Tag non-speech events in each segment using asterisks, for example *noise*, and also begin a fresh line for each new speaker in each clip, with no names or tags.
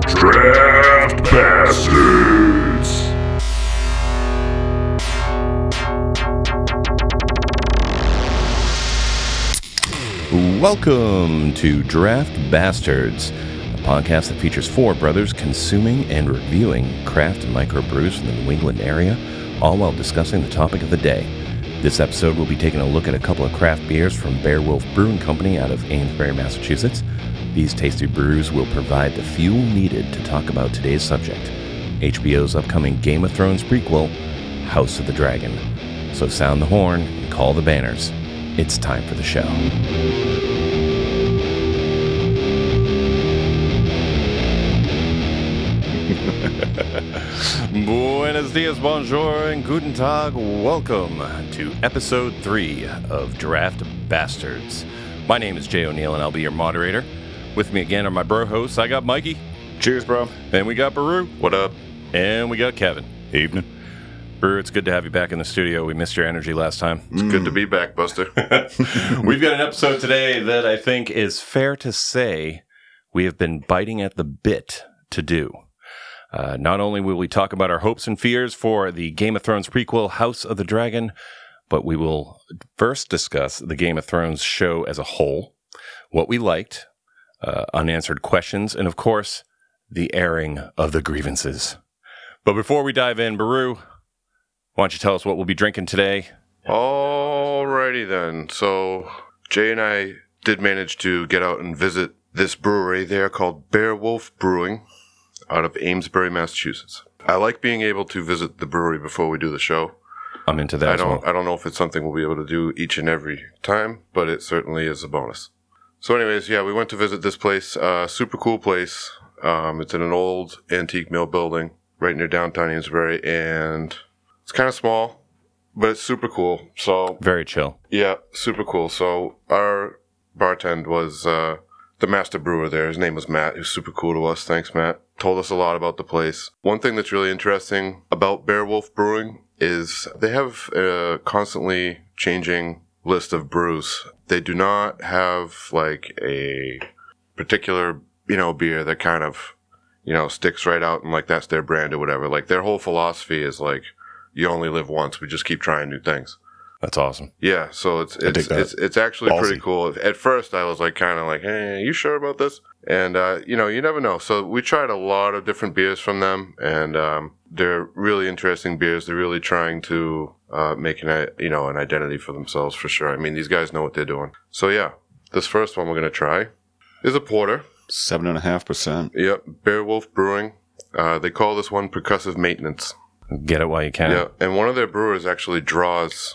Draft Bastards.
Welcome to Draft Bastards, a podcast that features four brothers consuming and reviewing craft and microbrews from the New England area, all while discussing the topic of the day. This episode, we'll be taking a look at a couple of craft beers from Bear Wolf Brewing Company out of Amesbury, Massachusetts. These tasty brews will provide the fuel needed to talk about today's subject HBO's upcoming Game of Thrones prequel, House of the Dragon. So sound the horn and call the banners. It's time for the show. Buenos dias, bonjour, and guten tag. Welcome to episode three of Draft Bastards. My name is Jay O'Neill, and I'll be your moderator. With me again are my bro hosts. I got Mikey,
Cheers, bro.
and we got Baru,
What up?
and we got Kevin.
Evening.
Baru, it's good to have you back in the studio. We missed your energy last time.
It's good to be back, Buster.
*laughs* We've got an episode today that I think is fair to say we have been biting at the bit to do. Uh, not only will we talk about our hopes and fears for the Game of Thrones prequel, House of the Dragon, but we will first discuss the Game of Thrones show as a whole, what we liked, uh, unanswered questions, and of course, the airing of the grievances. But before we dive in, Baru, why don't you tell us what we'll be drinking today?
Alrighty then. So Jay and I did manage to get out and visit this brewery. They are called Bear Wolf Brewing, out of Amesbury, Massachusetts. I like being able to visit the brewery before we do the show.
I'm into that
I
as well.
don't. I don't know if it's something we'll be able to do each and every time, but it certainly is a bonus. So, anyways, yeah, we went to visit this place. Uh, super cool place. Um, it's in an old antique mill building right near downtown Amesbury, and it's kind of small, but it's super cool. So,
Very chill.
yeah, super cool. So, our bartend was uh, the master brewer there. His name was Matt. He was super cool to us. Thanks, Matt. Told us a lot about the place. One thing that's really interesting about Bear Wolf Brewing is they have a constantly changing list of brews. They do not have like a particular, you know, beer that kind of, you know, sticks right out and like that's their brand or whatever. Like their whole philosophy is like, you only live once. We just keep trying new things.
That's awesome.
Yeah, so it's it's
dig that.
it's, it's actually pretty
Ballsy.
cool. At first, I was like kind of like, "Hey, you sure about this?" And uh, you know, you never know. So we tried a lot of different beers from them, and um, they're really interesting beers. They're really trying to uh, make an i- you know an identity for themselves for sure. I mean, these guys know what they're doing. So yeah, this first one we're gonna try is a porter.
Seven and a half percent.
Yep, Bear Wolf Brewing. Uh, they call this one percussive maintenance.
Get it while you can.
Yeah, and one of their brewers actually draws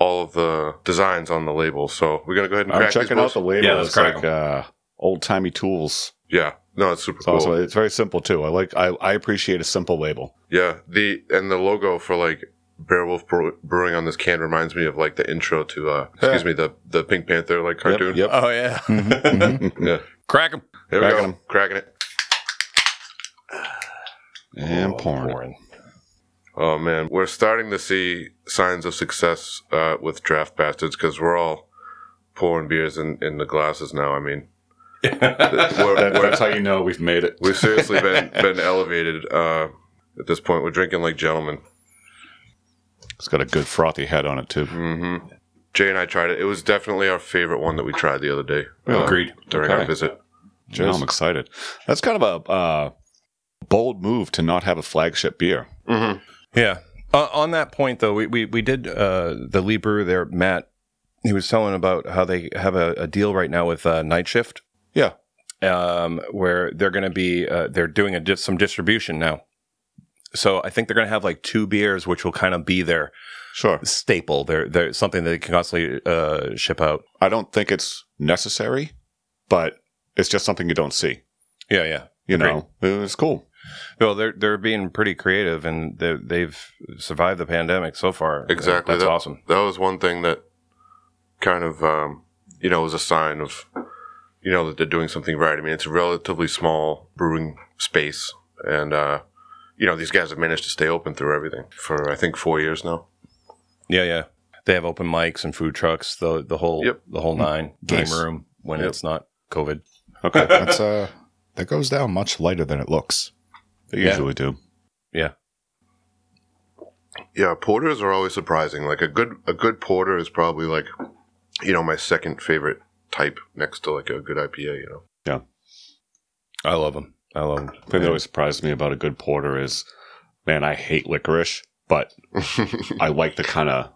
all of the designs on the label. So weor gonna go ahead and
I'm
crack
checking out
these
the
boys.
label.
Yeah, let's
it's
crack
like uh, old timey tools.
yeah, no, it's super
It's
cool.
also it's very simple too. I like I, I appreciate a simple *laughs* label.
Yeah, the and the logo for like Bear Wolf Brew- Brewing on this can reminds me of like the intro to uh, excuse me the the Pink Panther like cartoon.
Yep.
Oh *laughs* yeah.
Yeah,
Crack them.
there
Cracking
we go,
'em.
cracking it.
And porn.
Oh man, we're starting to see signs of success uh, with draft bastards because we're all pouring beers in, in the glasses now. I
*laughs*
mean, we're,
That,
we're-
that's how you know we've made it.
We've seriously been been elevated uh, at this point. We're drinking like gentlemen.
*laughs* It's got a good frothy head on it too.
hmm Jay and I tried it. It was definitely our favorite one that we tried the other day. uh,
Agreed.
During our
Oh, Okay.
visit.
Now I'm excited. That's kind of a uh, bold move to not have a flagship beer.
Mm-hmm.
Yeah. Uh, on that point, though, we we, we did uh, the lead brewer there, Matt. He was telling about how they have a, a deal right now with uh, Night Shift.
Yeah.
Um, where they're going to be, uh, they're doing a dis- some distribution now. So I think they're going to have like two beers, which will kind of be their
Sure.
staple. They're, they're something that they can constantly uh, ship out.
I don't think it's necessary, but it's just something you don't see.
Yeah, yeah.
You
Agreed.
know, it's cool.
Well, they're they're being pretty creative, and they're- they've survived the pandemic so far. Uh,
Exactly.
That's
That-
awesome.
That was one thing that kind of um, you know was a sign of you know that they're doing something right. I mean, it's a relatively small brewing space, and uh, you know these guys have managed to stay open through everything for I think four years now.
Yeah, yeah. They have open mics and food trucks. the The whole
Yep.
the whole nine game
Nice.
room when
Yep.
it's not COVID.
Okay, that's uh,
that goes down much lighter than it looks.
They
Yeah.
usually do.
Yeah, porters are always surprising. Like a good a good porter is probably like, you know, my second favorite type next to like a good IPA. You know, *laughs*
I love them. I love them.
The thing that always surprised me about a good porter is, man, I hate licorice, but I like the kind of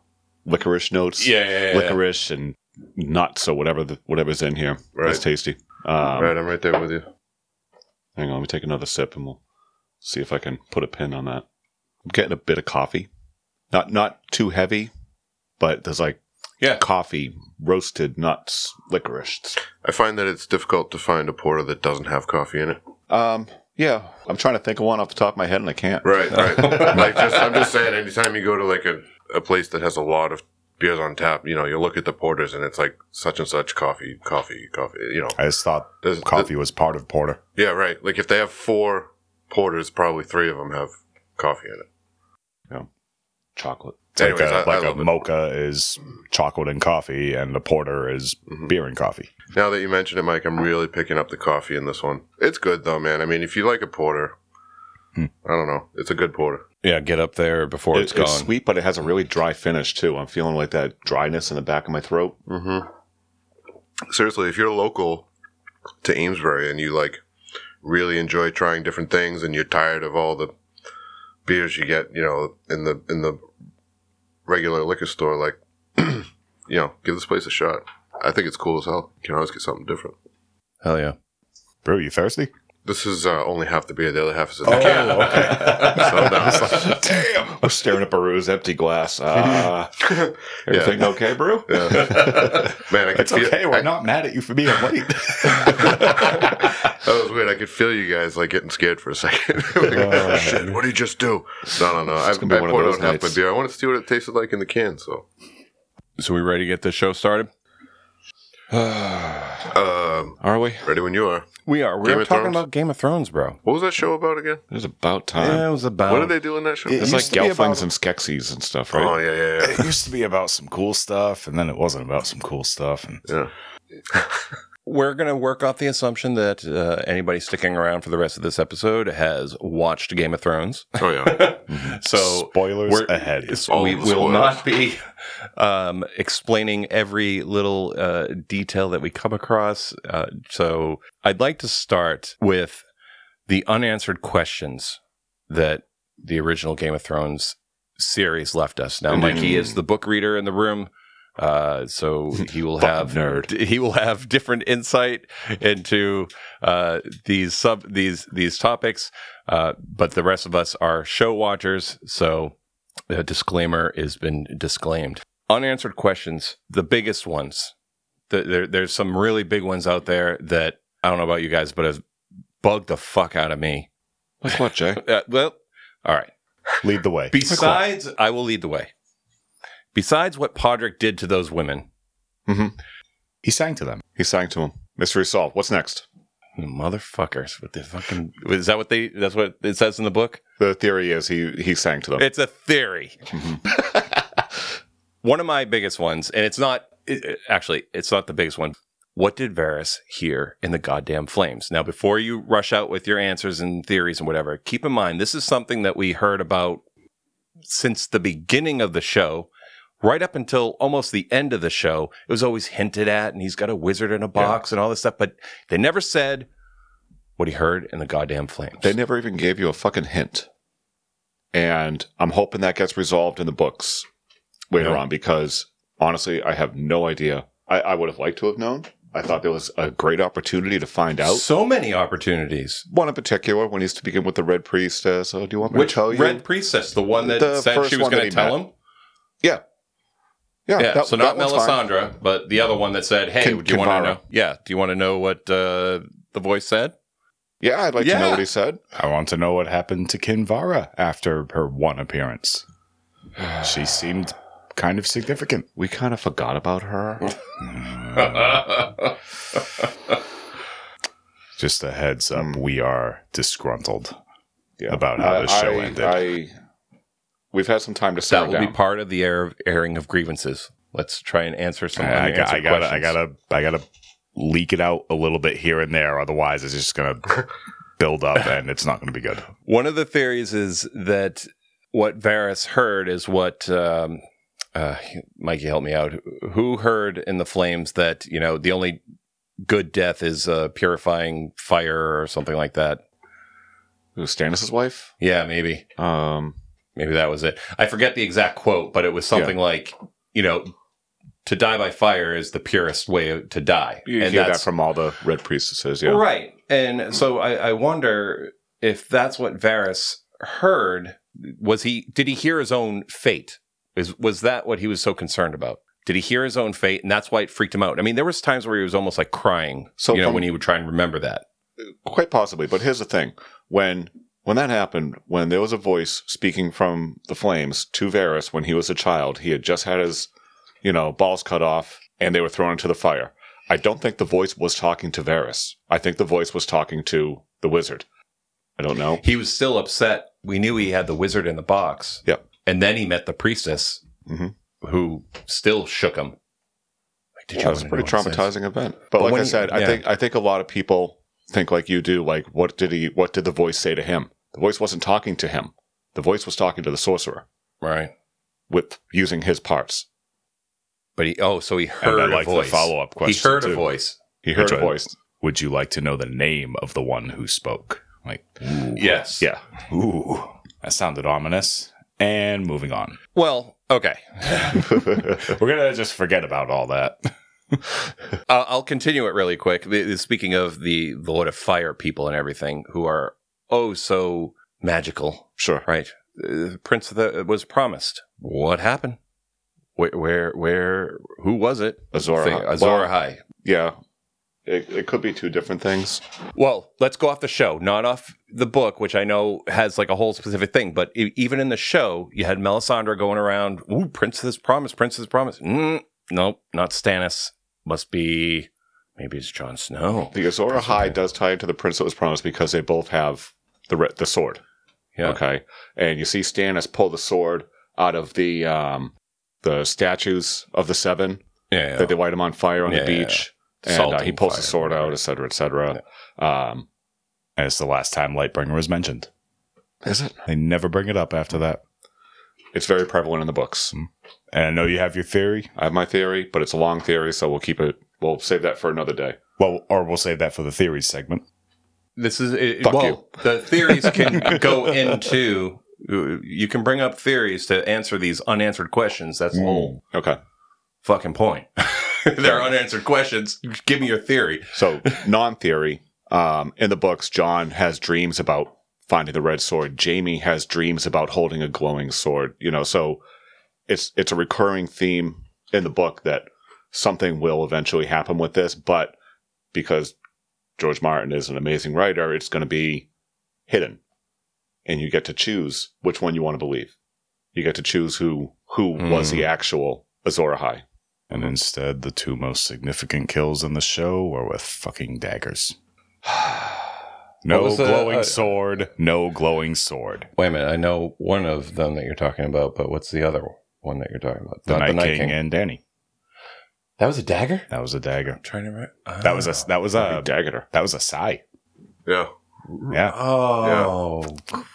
licorice notes.
Yeah, yeah, yeah.
licorice and nuts or whatever the, whatever's in here.
Right.
It's tasty. Um,
right? I'm right there with you.
Hang on, let me take another sip and we'll see if I can put a pin on that. I'm getting a bit of coffee, not not too heavy, but there's like
Yeah.
coffee, roasted nuts, licorice. It's-
I find that it's difficult to find a porter that doesn't have coffee in it.
Um, yeah, I'm trying to think of one off the top of my head and I can't.
Right,
*laughs*
right. like just, I'm just saying, anytime you go to like a, a place that has a lot of beers on tap, you know, you look at the porters and it's like such and such coffee, coffee, coffee. You know,
I just thought
There's-
coffee was part of porter.
yeah, right. Like if they have four porters, probably three of them have coffee in it.
Chocolate.
It's like
Anyways,
a,
I- I
like a
love it.
mocha is chocolate and coffee, and a porter is beer and coffee.
Mm-hmm. Now that you mention it, Mike, I'm really picking up the coffee in this one. It's good though, man. I mean, if you like a porter,
Hmm.
I don't know, it's a good porter.
Yeah, get up there before
It-
it's gone.
sweet, but it has a really dry finish too. I'm feeling like that dryness in the back of my throat.
Mm-hmm. Seriously, if you're local to Amesbury and you like really enjoy trying different things and you're tired of all the beers you get, you know, in the in the regular liquor store, like *clears throat* you know, give this place a shot. I think it's cool as hell. You can always get something different.
Hell yeah.
Brew, you thirsty?
This is uh, only half the beer. The other half is in
Oh,
the can.
*laughs*
*laughs*
So now it's like-
Damn! I'm staring at Baru's empty glass. Uh,
Ah.
*laughs* everything okay, Brew? *laughs*
Man, I could
It's
feel,
okay. We're
I-
not mad at you for being late. *laughs*
That was weird. I could feel you guys like getting scared for a second. *laughs* Like,
Oh.
Shit, what did you just do? No, no, no. I, I
It's gonna be one of
poured
those
out half my
nights.
beer. I want to see what it tasted like in the can. So,
So we ready to get this show started?
um,
*laughs* *sighs* Are we?
ready when you are.
We are. We
Game
are
of
talking
Thrones?
about Game of Thrones, bro.
What was that show about again?
It's about time.
Yeah, it was about.
what did they do in that show?
It-
It's like
used to be
Gelflings
about-
and Skeksis and stuff,
oh
right?
yeah, yeah, yeah.
it used to be about some cool stuff, and then it wasn't about some cool stuff. And
yeah.
*laughs* We're going to work off the assumption that uh, anybody sticking around for the rest of this episode has watched Game of *laughs* Thrones.
Oh yeah.
So
spoilers
we're-
ahead.
It's-
All
we
the
will
spoilers.
not be um, explaining every little uh, detail that we come across. Uh, so I'd like to start with the unanswered questions that the original Game of Thrones series left us. Now, Mikey
Mm.
is the book reader in the room. Uh,
*laughs*
so he will have
Fucking
*laughs*
nerd.
he will have different insight into uh, these sub these these topics. Uh, but the rest of us are show watchers, so the disclaimer has been disclaimed. Unanswered questions, the biggest ones. The, there, there's some really big ones out there that I don't know about you guys, but have bugged the fuck out of me.
Like what, Jay?
Uh, well, all right.
Lead the way.
Besides, I will lead the way. Besides what Podrick did to those women,
he sang to them.
He sang to him. Mystery solved. What's next?
motherfuckers with the fucking is that what they? That's what it says in the book.
The theory is he he sang to them.
It's a theory.
Mm-hmm.
one of my biggest ones, and it's not it- it- actually, it's not the biggest one. What did Varys hear in the goddamn flames? Now, before you rush out with your answers and theories and whatever, keep in mind this is something that we heard about since the beginning of the show, right up until almost the end of the show. It was always hinted at, and he's got a wizard in a box and all this stuff, but they never said what he heard in the goddamn flames.
they never even gave you a fucking hint. And I'm hoping that gets resolved in the books later
Yeah.
on because honestly, I have no idea. I, I would have liked to have known. I thought there was a great opportunity to find out.
so many opportunities.
one in particular when he used to begin with the Red Priestess. Oh, do you want me
Which
to tell you?
Red Priestess, the one that
The
said
first
she was
one that
going to
he
tell
met.
him?
yeah,
Yeah,
that-
so not
that one's fine.
Melisandre, but the other one that said, "Hey,
Kin-
do you want to
Kinvara.
know? Yeah, do you want to know what uh, the voice
*laughs*
said?
Yeah, I'd like to
Yeah.
know what he said.
I want to know what happened to Kinvara after her one appearance. *sighs* She seemed kind of significant.
We kind of forgot about her.
Just a heads up,
Hmm.
we are disgruntled.
*laughs* Yeah.
About how the show
I,
ended.
I, we've had some time to
that
settle
will
down.
be part of the air airing of grievances. Let's try and answer some
I, I,
unanswered
got, I gotta, I
questions.
gotta, I gotta leak it out a little bit here and there. Otherwise, it's just
*laughs*
going to build up and it's not going to be good.
One of the theories is that what Varys heard is what um, uh, Mikey help me out. Who heard in the flames that you know the only good death is uh, purifying fire or something like that?
It was Stannis' wife.
Yeah, maybe
Um,
maybe that was it. I forget the exact quote, but it was something like you know to die by fire is the purest way to die,
you hear that from all the red priestesses. Yeah.
Right. And so I, I wonder if that's what Varys heard. Was he did he hear his own fate? Is was that what he was so concerned about? Did he hear his own fate? And that's why it freaked him out. I mean, there was times where he was almost like crying.
So
So you know,
from-
when he would try and remember that.
quite possibly but here's the thing when when that happened when there was a voice speaking from the flames to Varys when he was a child he had just had his you know balls cut off and they were thrown into the fire i don't think the voice was talking to Varys i think the voice was talking to the wizard i don't know
He was still upset. We knew he had the wizard in the box.
Yep.
And then he met the priestess
Mhm.
who still shook him. Like, did
that was a
wanna
pretty
know what this is?
traumatizing event but, like
when
i
you-
said i
yeah.
think i think a lot of people think like you do like what did he what did the voice say to him the voice wasn't talking to him the voice was talking to the sorcerer
Right.
with using his parts
But he oh, so he heard
and I
a
like
voice.
the follow up
he
question.
heard
too.
a voice.
he heard
Which
a
one?
voice
Would you like to know the name of the one who spoke? Like,
Yes.
Yeah.
ooh, that sounded ominous. And moving
*laughs*
on.
Well, okay.
We're going to just forget about all that.
Uh, I'll continue it really quick. The- the- Speaking of the the Lord of Fire people and everything, who are oh so magical,
*laughs* sure.
right? Uh, Prince of the was promised. What happened? Where, where, where? Who was it?
Azora.
Thing- Azor High.
yeah. It, it could be two different things.
Well, let's go off the show, not off the book, which I know has like a whole specific thing. But e- even in the show, you had Melisandre going around, "Ooh, Princess Promise, Princess Promise." Mm, nope, not Stannis. Must be maybe it's Jon Snow.
The Azora High does tie into the Prince that was promised because they both have the re- the sword.
Yeah.
Okay. And you see Stannis pull the sword out of the um the statues of the Seven
Yeah,
that they light him on fire on
Yeah,
the
yeah,
beach.
yeah.
And uh,
Salting
he pulls the
fire.
sword out, et cetera, et cetera. Um,
And it's the last time Lightbringer was mentioned.
is it?
They never bring it up after that.
It's very prevalent in the books.
Mm-hmm.
And I know you have your theory.
I have my theory, but it's a long theory, so we'll keep it. We'll save that for another day.
Well, or we'll save that for the theories segment.
This is it,
Fuck
well,
you.
the theories
*laughs*
can go into. You can bring up theories to answer these unanswered questions. That's the
Mm.
whole
Okay.
fucking point. *laughs* They're unanswered questions. Give me your theory. *sighs*
So, *laughs* non theory, um, in the books, John has dreams about finding the red sword. Jamie has dreams about holding a glowing sword. You know, so it's it's a recurring theme in the book that something will eventually happen with this, but because George Martin is an amazing writer, it's going to be hidden, and you get to choose which one you want to believe. You get to choose who who was
Hmm.
the actual Azor Ahai.
And instead, the two most significant kills in the show were with fucking daggers.
What
No
was the-
glowing
uh,
sword. No glowing sword.
Wait a minute. I know one of them that you're talking about, but what's the other one that you're talking about?
The, Night, King, and Danny.
that was a dagger.
That was a dagger.
trying to remember.
That was a that was a
Dagger.
that was a sigh.
Yeah.
Yeah.
Oh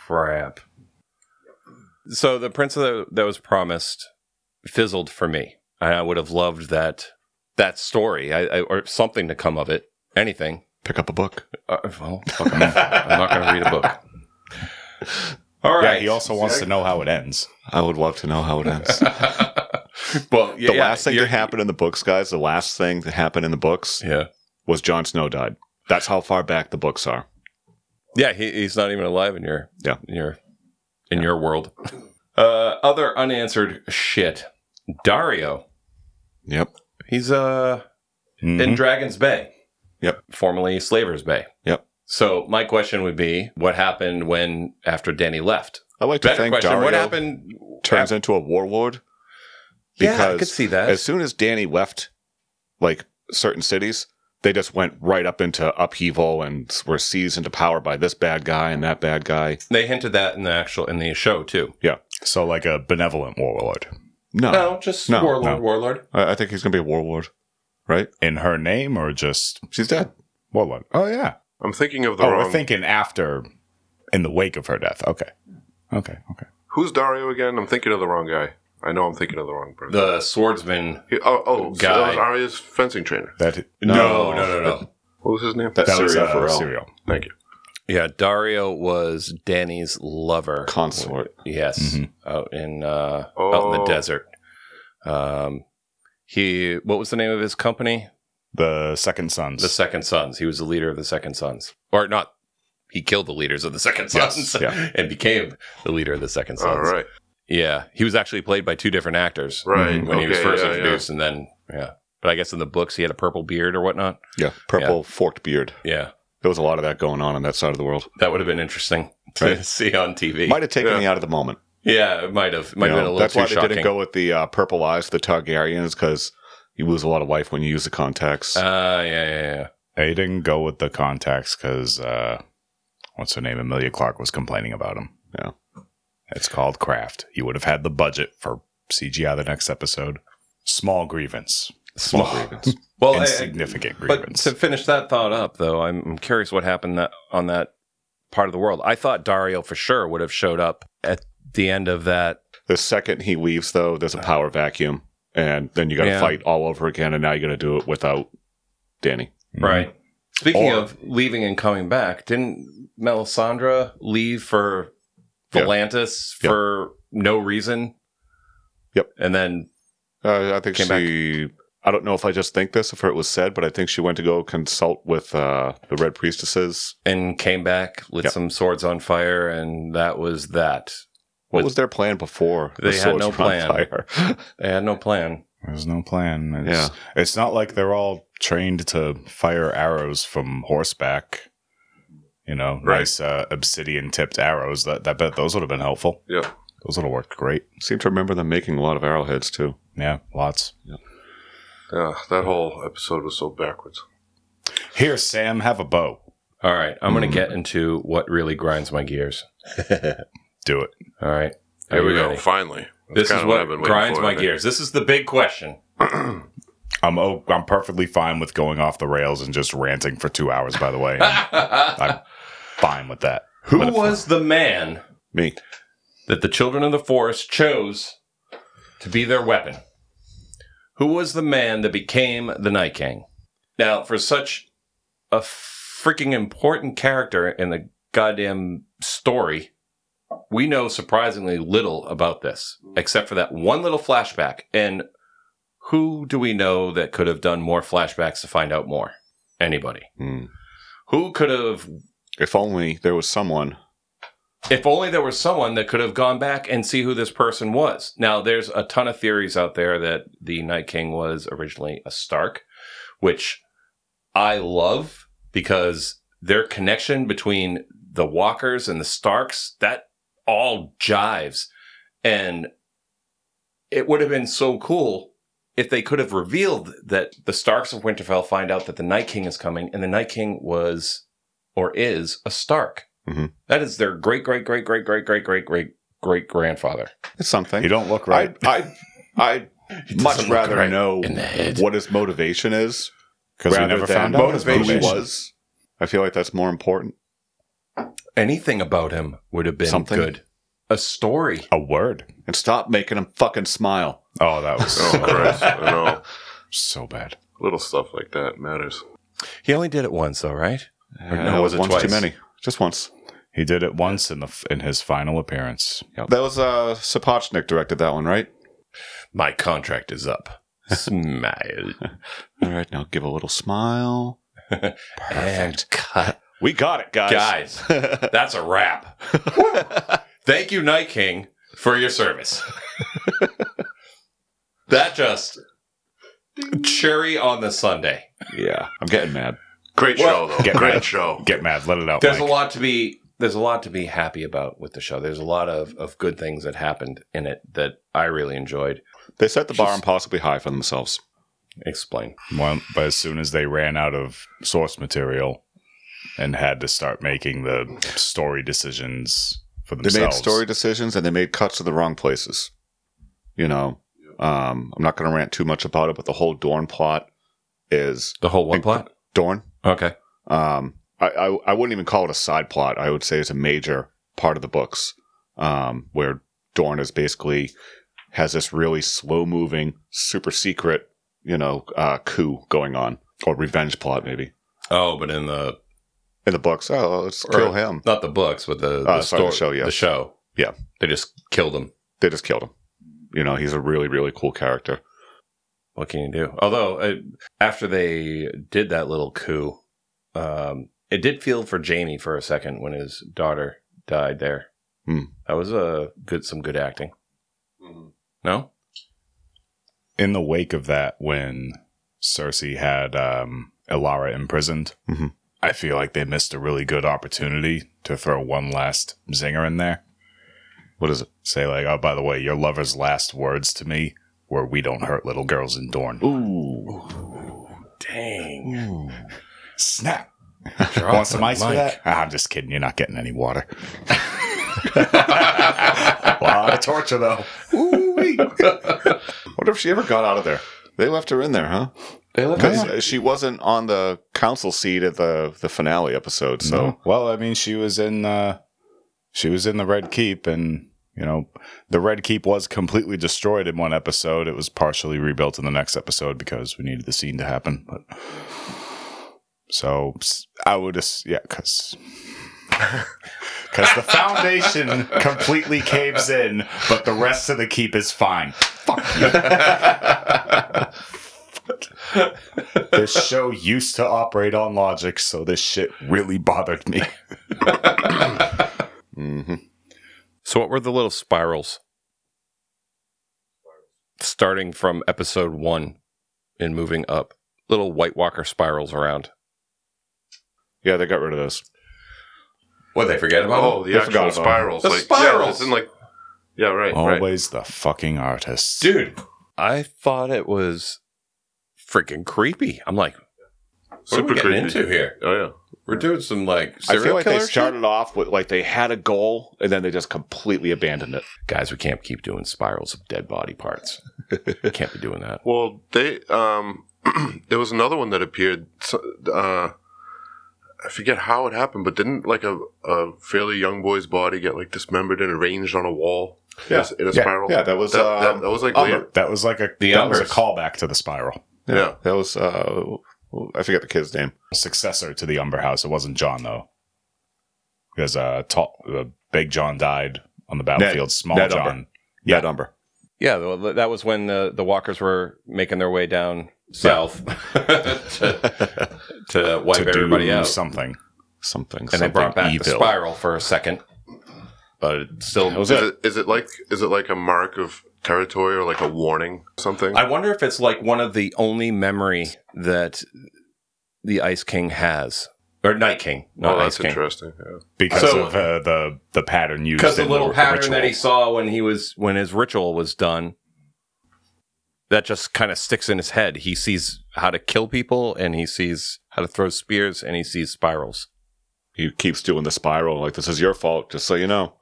crap! So the prince of the, that was promised fizzled for me. And I would have loved that that story, I, I, or something to come of it. Anything.
Pick up a book.
Uh, well, fuck, I'm, I'm not going to read a book. All
Yeah,
right.
he also wants to know how it ends.
I would love to know how it *laughs* ends.
well, yeah,
the last thing
you're-
that happened in the books, guys, the last thing that happened in the books
Yeah,
was Jon Snow died. That's how far back the books are.
yeah. He, he's not even alive in your
Yeah.
in your in your world. Uh, other unanswered shit. Dario.
Yep.
He's uh
Mhm.
in Dragon's Bay.
Yep.
Formerly Slaver's Bay.
Yep.
So my question would be, what happened when after Danny left?
I like to
Better
think
question:
Dario
What happened?
turns into a warlord.
yeah, I could see that.
as soon as Danny left, like certain cities, they just went right up into upheaval and were seized into power by this bad guy and that bad guy.
They hinted that in the actual in the show too.
So like a benevolent warlord.
No,
No, just
Uh, No,
warlord,
no.
warlord.
I, I think he's going to be a warlord. right?
in her name or just
She's dead.
well, like- oh yeah.
I'm thinking of the
oh,
wrong.
we're thinking after, in the wake of her death. Okay, okay, okay.
Who's Dario again? I'm thinking of the wrong guy. I know I'm thinking of the wrong person.
The swordsman.
He- oh, oh, so that
guy.
was Arya's fencing trainer.
That
No, no, no, no.
What was his name?
That's
that was
Syria for
uh, Serial.
Thank you.
Yeah, Dario was Danny's lover.
consort.
Yes,
Mhm.
out in uh, out in the
Oh.
desert. Um, he what was the name of his company?
The Second Sons.
The Second Sons. He was the leader of the Second Sons, or not? He killed the leaders of the Second
Yes,
Sons
yeah.
*laughs* and became the leader of the Second Sons.
All right,
Yeah, he was actually played by two different actors
right.
Mm-hmm. when he was
Okay,
first
yeah, yeah.
introduced, and then yeah. But I guess in the books he had a purple beard or whatnot.
Yeah, purple forked beard.
Yeah,
There was a lot of that going on on that side of the world.
that would have been interesting to *laughs*
Right.
see on TV.
Might have taken
Yeah.
me out of the moment.
yeah, it might have. Might have been
you
a
know?
little
That's
too
why
shocking.
they didn't go with the uh, purple eyes, the Targaryens, because you lose a lot of life when you use the contacts.
Ah, yeah, yeah, yeah.
They didn't go with the contacts because uh, what's her name? Amelia Clark was complaining about him.
Yeah.
it's called craft. You would have had the budget for CGI the next episode. Small grievance,
Small,
grievance.
well, I- I-
insignificant
But
grievance.
to finish that thought up, though, I'm, I'm curious what happened that, on that part of the world. I thought Dario for sure would have showed up at the end of that.
The second he leaves, though, there's a power vacuum, and then you got to
uh, Yeah.
fight all over again, and now you got to do it without Danny.
Mhm.
Speaking
Mm-hmm. Or-
of leaving and coming back, didn't Melisandre leave for
Yeah.
Volantis
Yeah.
for no reason?
Yep.
And then
Uh, I think
Came back.
she. I don't know if I just think this, if it was said, but I think she went to go consult with uh, the Red Priestesses.
and came back, lit
Yep.
some swords on fire, and that was that.
What
With-
was their plan before? the
They had
swords
no
were on
plan.
fire? *laughs*
They had no plan.
There's no plan. It's, it's not like they're all trained to fire arrows from horseback. You know,
Right.
nice uh, obsidian tipped arrows. That that bet those would have been helpful.
Yeah.
those would have worked great.
Seem to remember them making a lot of arrowheads too.
Yeah, lots.
Yeah, Ah, that whole episode was so backwards.
Here, Sam, have a bow.
All right. I'm going
Hmm.
Mm-hmm.
to get into what really grinds my gears.
Do it.
All right.
Here
Are
we
you
go.
ready?
Finally,
This is
kinda
what
I've been waiting
grinds
for, I
my
think.
gears. This is the big question.
I'm oh, I'm perfectly fine with going off the rails and just ranting for two hours. By
*laughs*
the way, I'm fine with that.
Who
But if-
was the man
Me.
that the children of the forest chose to be their weapon? Who was the man that became the Night King? Now, for such a freaking important character in the goddamn story, we know surprisingly little about this, except for that one little flashback. And who do we know that could have done more flashbacks to find out more? Anybody.
Hmm.
Who could have
If only there was someone.
if only there was someone that could have gone back and see who this person was. Now, there's a ton of theories out there that the Night King was originally a Stark, which I love because their connection between the Walkers and the Starks, that all jives. And it would have been so cool if they could have revealed that the Starks of Winterfell find out that the Night King is coming and the Night King was or is a Stark.
Mhm.
That is their great, great, great, great, great, great, great, great, great grandfather.
It's something.
You don't look right
I I I'd much
look
rather
right
know
in the head.
what his motivation is
because we
rather
never
than
found out his
motivation
motivation.
was. I feel like that's more important.
Anything about him would have been
Something.
good. A story.
A word.
And stop making him fucking smile.
Oh, that was
*laughs* Oh
so,
Christ! I know.
so bad.
Little stuff like that matters.
He only did it once, though, right? no,
that
was it
Uh, once too
twice?
many. Just once.
He did it once in the f- in his final appearance.
That was uh Sapochnik directed that one, right?
My contract is up. Smile
All right, now give a little smile.
and *laughs* cut.
We got it, guys.
Guys, *laughs* that's a
*laughs*
wrap. Thank you, Night King, for your
*laughs*
service. that just cherry on the Sunday.
yeah, I'm getting mad.
Great
Well-
show, though.
Get
Great
mad.
show.
Get mad. Let it out.
there's
Mike.
a lot to be there's a lot to be happy about with the show. There's a lot of, of good things that happened in it that I really enjoyed.
They set the bar impossibly high for themselves.
Explain.
Well, but as soon as they ran out of source material and had to start making the story decisions for
They
themselves,
made story decisions and they made cuts to the wrong places. You know, um, I'm not going to rant too much about it, but the whole Dorn plot is
The whole one plot?
Dorn.
Okay.
Um, I, I I wouldn't even call it a side plot. I would say it's a major part of the books, um, where Dorn is basically has this really slow moving, super secret, you know, uh, coup going on or revenge plot maybe
Oh, but in the
in the books. Oh, let's
Or-
kill him.
not the books, but the, the
Uh, sorry, the show,
yeah,
yes.
the show.
Yeah.
They just killed him.
They just killed him. You know, he's a really really cool character.
What can you do? Although uh, after they did that little coup, um, it did feel for Jamie for a second when his daughter died there.
Hmm.
That was a good some good acting.
Mm-hmm.
No?
in the wake of that, when Cersei had um, Ilara imprisoned,
Mhm.
I feel like they missed a really good opportunity to throw one last zinger in there.
What is it?
Say like, oh, by the way, your lover's last words to me were, "We don't hurt little girls in Dorne."
Ooh,
Dang.
*laughs* Snap.
Drop
Want some
the
ice for
mic.
that? Ah, I'm just kidding. You're not getting any water. *laughs* lot of torture though.
Ooh-wee. Wonder if she ever got out of there. They left her in there, huh?
They look
Because she wasn't on the council seat at the the finale episode. So
So well, I mean, she was in uh, she was in the Red Keep, and you know, the Red Keep was completely destroyed in one episode. It was partially rebuilt in the next episode because we needed the scene to happen. But so s- I would just yeah, *laughs* because. Because the foundation completely caves in, but the rest of the keep is fine.
*laughs*
This show used to operate on logic, so this shit really bothered me.
mhm.
So what were the little spirals? Starting from episode one and moving up. Little White Walker spirals around.
*laughs* yeah, they got rid of those.
What they forget
Oh, the
I forgot
actual spirals.
about
them. The
like, Yeah,
spirals! Oh,
it's in like, yeah, right, right.
Always the fucking artist.
dude. I thought it was freaking creepy. I'm like, what are we
Super
getting
creepy.
into here?
Oh yeah.
We're doing some like
I
serial
feel like they
killer shit?
started off with like they had a goal and then they just completely abandoned it.
Guys, we can't keep doing spirals of dead body *laughs* parts. can't be doing that.
Well, they um, *clears throat* there was another one that appeared. so- Uh, I forget how it happened, but didn't like a, a fairly young boy's body get like dismembered and arranged on a wall? in a-
Yeah.
in a
Yeah,
spiral.
yeah, that was,
that,
um,
that- that was like
Umber.
later.
That was like a
The
that was a
Umbers.
callback to the Spiral
Yeah.
That was uh I forget the kid's name.
successor to the Umber House. It wasn't John though, because uh, tall, uh, Big John died on the battlefield. Small
Ned
John.
Umber.
Yeah.
Ned Umber.
Yeah, well, th- that was when the, the walkers were making their way down *laughs* south *laughs* to, to wipe
to
everybody
do
out.
something.
Something.
and they
something
brought back the
evil.
spiral for a second. But it still
That was
Is
it.
it, is it like is it like a mark of territory or like a warning something?
I wonder if it's like one of the only memory that the Ice King has, or Night King, not
oh,
Ice
that's
King,
interesting. Yeah.
Because
So-
of uh, the the pattern used.
because the
in
little pattern
ritual.
that he saw when he was when his ritual was done, that just kind of sticks in his head. He sees how to kill people, and he sees how to throw spears, and he sees spirals.
He keeps doing the spiral like this is your fault, just so you know.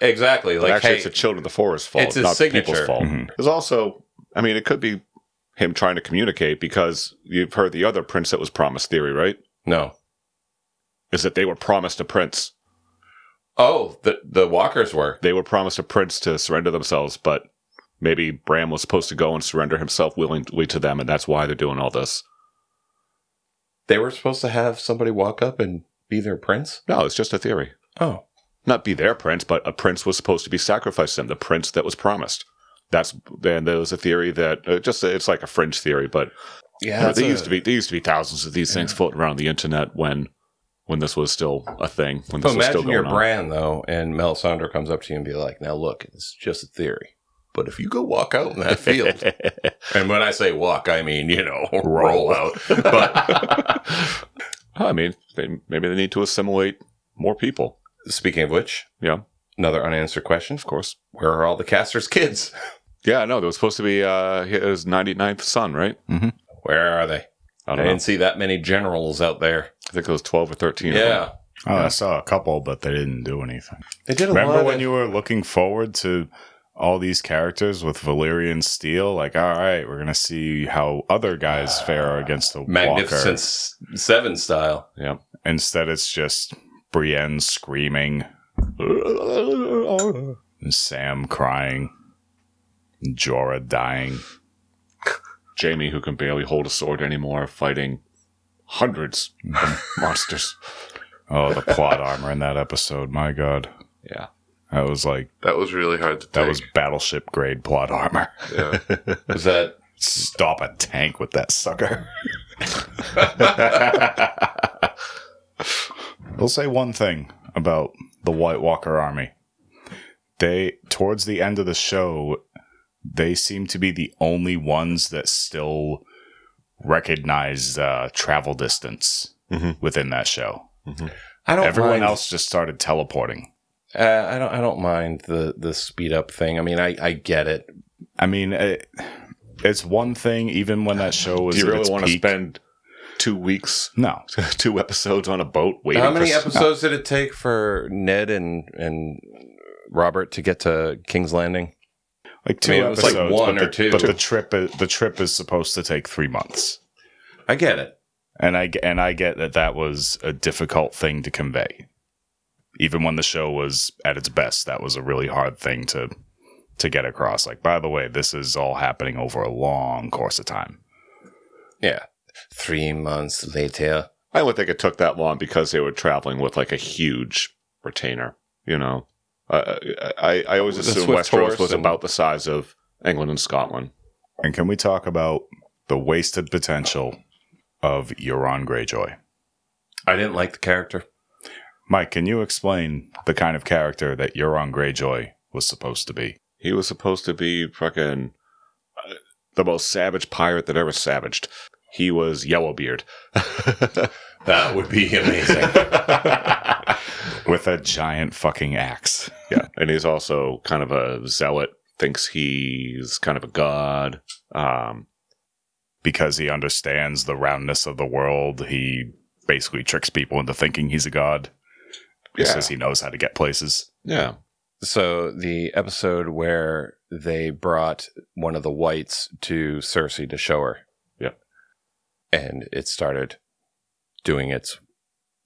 Exactly,
But
like
actually,
hey,
it's the children of the forest fault,
it's his
not
signature.
people's fault.
Mhm.
There's also, I mean, it could be him trying to communicate because you've heard the other prince that was promised theory, right?
no.
Is that they were promised a prince.
Oh, the the walkers were.
They were promised a prince to surrender themselves, but maybe Bram was supposed to go and surrender himself willingly to them, and that's why they're doing all this.
They were supposed to have somebody walk up and be their prince.
No, it's just a theory.
Oh,
Not be their prince, but a prince was supposed to be sacrificed to them, the prince that was promised. That's and there was a theory that uh, just it's like a fringe theory, but
yeah.
Yeah,
that's
there
a-
used to be there used to be thousands of these things floating around the internet when when this was still a thing. When this
So
was
imagine
still going
you're
on.
Bran though, and Mel Sonder comes up to you and be like, "Now look, it's just a theory, but if you go walk out in that
*laughs*
field, and when I say walk, I mean you know *laughs* roll out, but
I mean, they, maybe they need to assimilate more people.
speaking of which,
Yeah.
another unanswered question:
Of course.
Where are all the casters' kids?
Yeah, I know. There was supposed to be uh, his 99th son, right?
Where are they?
I
I,
don't know.
didn't see that many generals out there.
I think it was 12 or 13. of them.
Yeah,
Oh, I saw a couple, but they didn't do anything.
they did a
Remember
lot
when
of-
you were looking forward to all these characters with Valyrian steel. Like, all right, we're gonna see how other guys fare against the
Magnificent
Walker.
S- Seven style.
Yeah.
Instead, it's just Brienne screaming and Sam crying, and Jorah dying.
Jamie, who can barely hold a sword anymore, fighting hundreds *laughs* of monsters.
Oh, the
*laughs*
plot armor in that episode. My God,
Yeah.
that was like
That was really hard to take.
that was battleship grade plot armor.
*laughs*
yeah.
Was that
Stop a tank with that sucker.
Mm-hmm.
We'll say one thing about the White Walker army. They towards the end of the show, they seem to be the only ones that still recognize uh, travel distance
Mm-hmm.
Mhm.
within that show.
I don't
Everyone
mind-
else just started teleporting.
Uh, I don't. I don't mind the the speed up thing. I mean, I I get it.
I mean, it, it's one thing. Even when that show was,
Do you
at
really
its
want to
peak-
spend two weeks, *laughs*
No,
two episodes on a boat waiting?
How many
for s-
episodes did it take for Ned and and Robert to get to King's Landing?
like two
I mean, it was like
episodes,
one
but
or
the,
two.
But the trip, is, the trip is supposed to take three months,
I get it.
and I ge- and I get that that was a difficult thing to convey. Even when the show was at its best, that was a really hard thing to to get across. Like, by the way, this is all happening over a long course of time.
Yeah, three months later.
I don't think it took that long because they were traveling with like a huge retainer. You know, uh, I I always
That's
assumed
what
Westeros
tourists
was
and-
about the size of England and Scotland.
And can we talk about the wasted potential of Euron Greyjoy?
I didn't like the character.
Mike, can you explain the kind of character that Euron Greyjoy was supposed to be?
He was supposed to be fucking uh, the most savage pirate that ever savaged. He was Yellowbeard.
*laughs* That would be amazing.
With a giant fucking axe.
Yeah, *laughs* and he's also kind of a zealot. Thinks he's kind of a god. Um,
Because he understands the roundness of the world, he basically tricks people into thinking he's a god. He
yeah,
says he knows how to get places.
yeah.
so the episode where they brought one of the whites to Cersei to show her.
Yep.
And it started doing its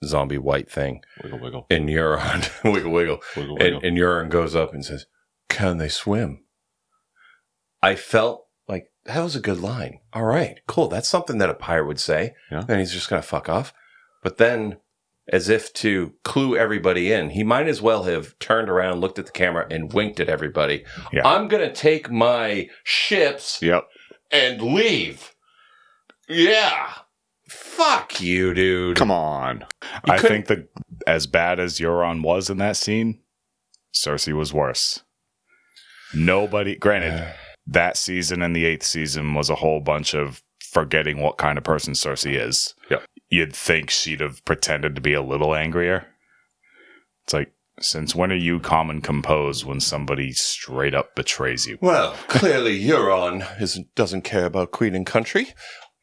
zombie white thing.
Wiggle, wiggle,
And Euron *laughs* wiggle wiggle.
wiggle, wiggle.
And, and Euron goes up and says, Can they swim? I felt like that was a good line. All right, cool. That's something that a pirate would say.
Yeah.
And he's just going to fuck off. But then, as if to clue everybody in, he might as well have turned around, looked at the camera, and winked at everybody.
Yeah.
I'm going to take my ships
yep.
and leave. Yeah. Fuck you, dude.
Come on.
You
I
couldn't-
think that as bad as Euron was in that scene, Cersei was worse. Nobody, granted, that season and the eighth season was a whole bunch of forgetting what kind of person Cersei is.
Yep.
You'd think she'd have pretended to be a little angrier. It's like, since when are you calm and composed when somebody straight up betrays you?
Well, clearly Euron is, doesn't care about Queen and Country.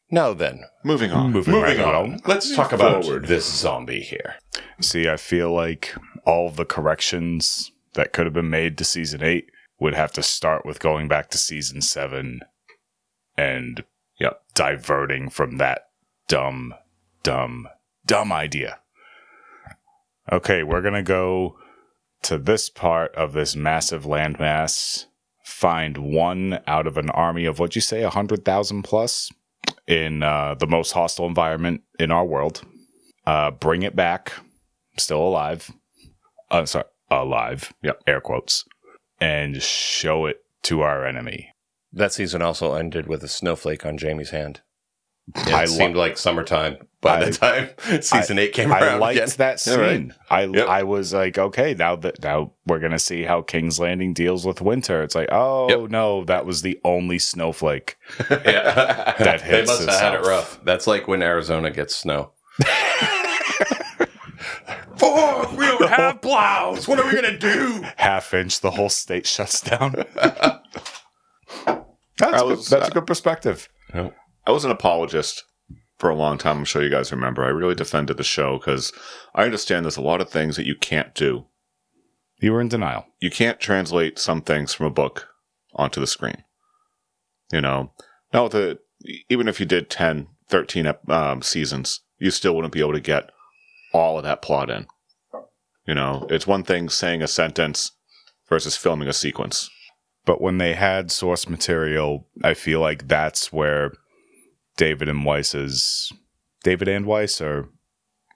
Now then,
Moving on.
right along.
let's talk about this zombie here.
See, I feel like all the corrections that could have been made to season eight would have to start with going back to season seven and
Yep.
diverting from that dumb, dumb, dumb idea. Okay, we're going to go to this part of this massive landmass, find one out of an army of what'd you say, 100,000 plus in uh, the most hostile environment in our world, uh, bring it back, still alive. Uh, sorry, alive.
Yep.
Air quotes. And show it to our enemy.
That season also ended with a snowflake on Jamie's hand. It
I
seemed like summertime by the time *laughs* season eight came
I
around.
liked
again. *laughs*
that
All right.
scene. I
Yep.
I was like, okay, now that now we're gonna see how King's Landing deals with winter. It's like, oh
Yep.
no, that was the only snowflake.
Yeah.
That
they
hits
must have had it
itself.
rough. That's like when Arizona gets *laughs* snow. Oh, we don't have plows. What are we gonna do?
Half inch, the whole state
*laughs*
shuts down. that's,
I
a good-
was-
uh,
that's a good perspective.
I was an apologist for a long time. I'm sure you guys remember. I really defended the show because I understand there's a lot of things that you can't do
You were in denial.
you can't translate some things from a book onto the screen. You know, now the even if you did 10, 13 ep- um, seasons, you still wouldn't be able to get all of that plot in. You know, it's one thing saying a sentence versus filming a sequence.
but when they had source material, I feel like that's where David and Weiss's David and Weiss or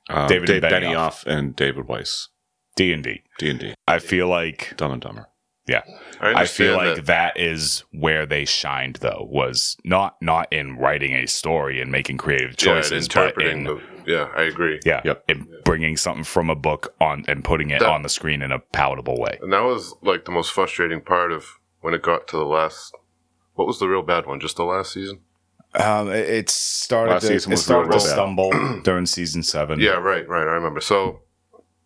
Um,
David
Dave
Benioff.
Benioff and David Weiss,
D and D.
D and D,
I feel like
Dumb and Dumber.
I
understand
feel like that is where they shined though was not not in writing a story and making creative
yeah, and
choices, but
interpreting
in
the, yeah, I agree.
yeah,
Yep.
in bringing something from a book on and putting it
That-
on the screen in a palatable way.
And that was like the most frustrating part of when it got to the last. What was the real bad one? Just the last season?
Um, it, it started
Last
to,
season
it
was
started
real
to
bad.
stumble during season seven.
Yeah, right, right. I remember. So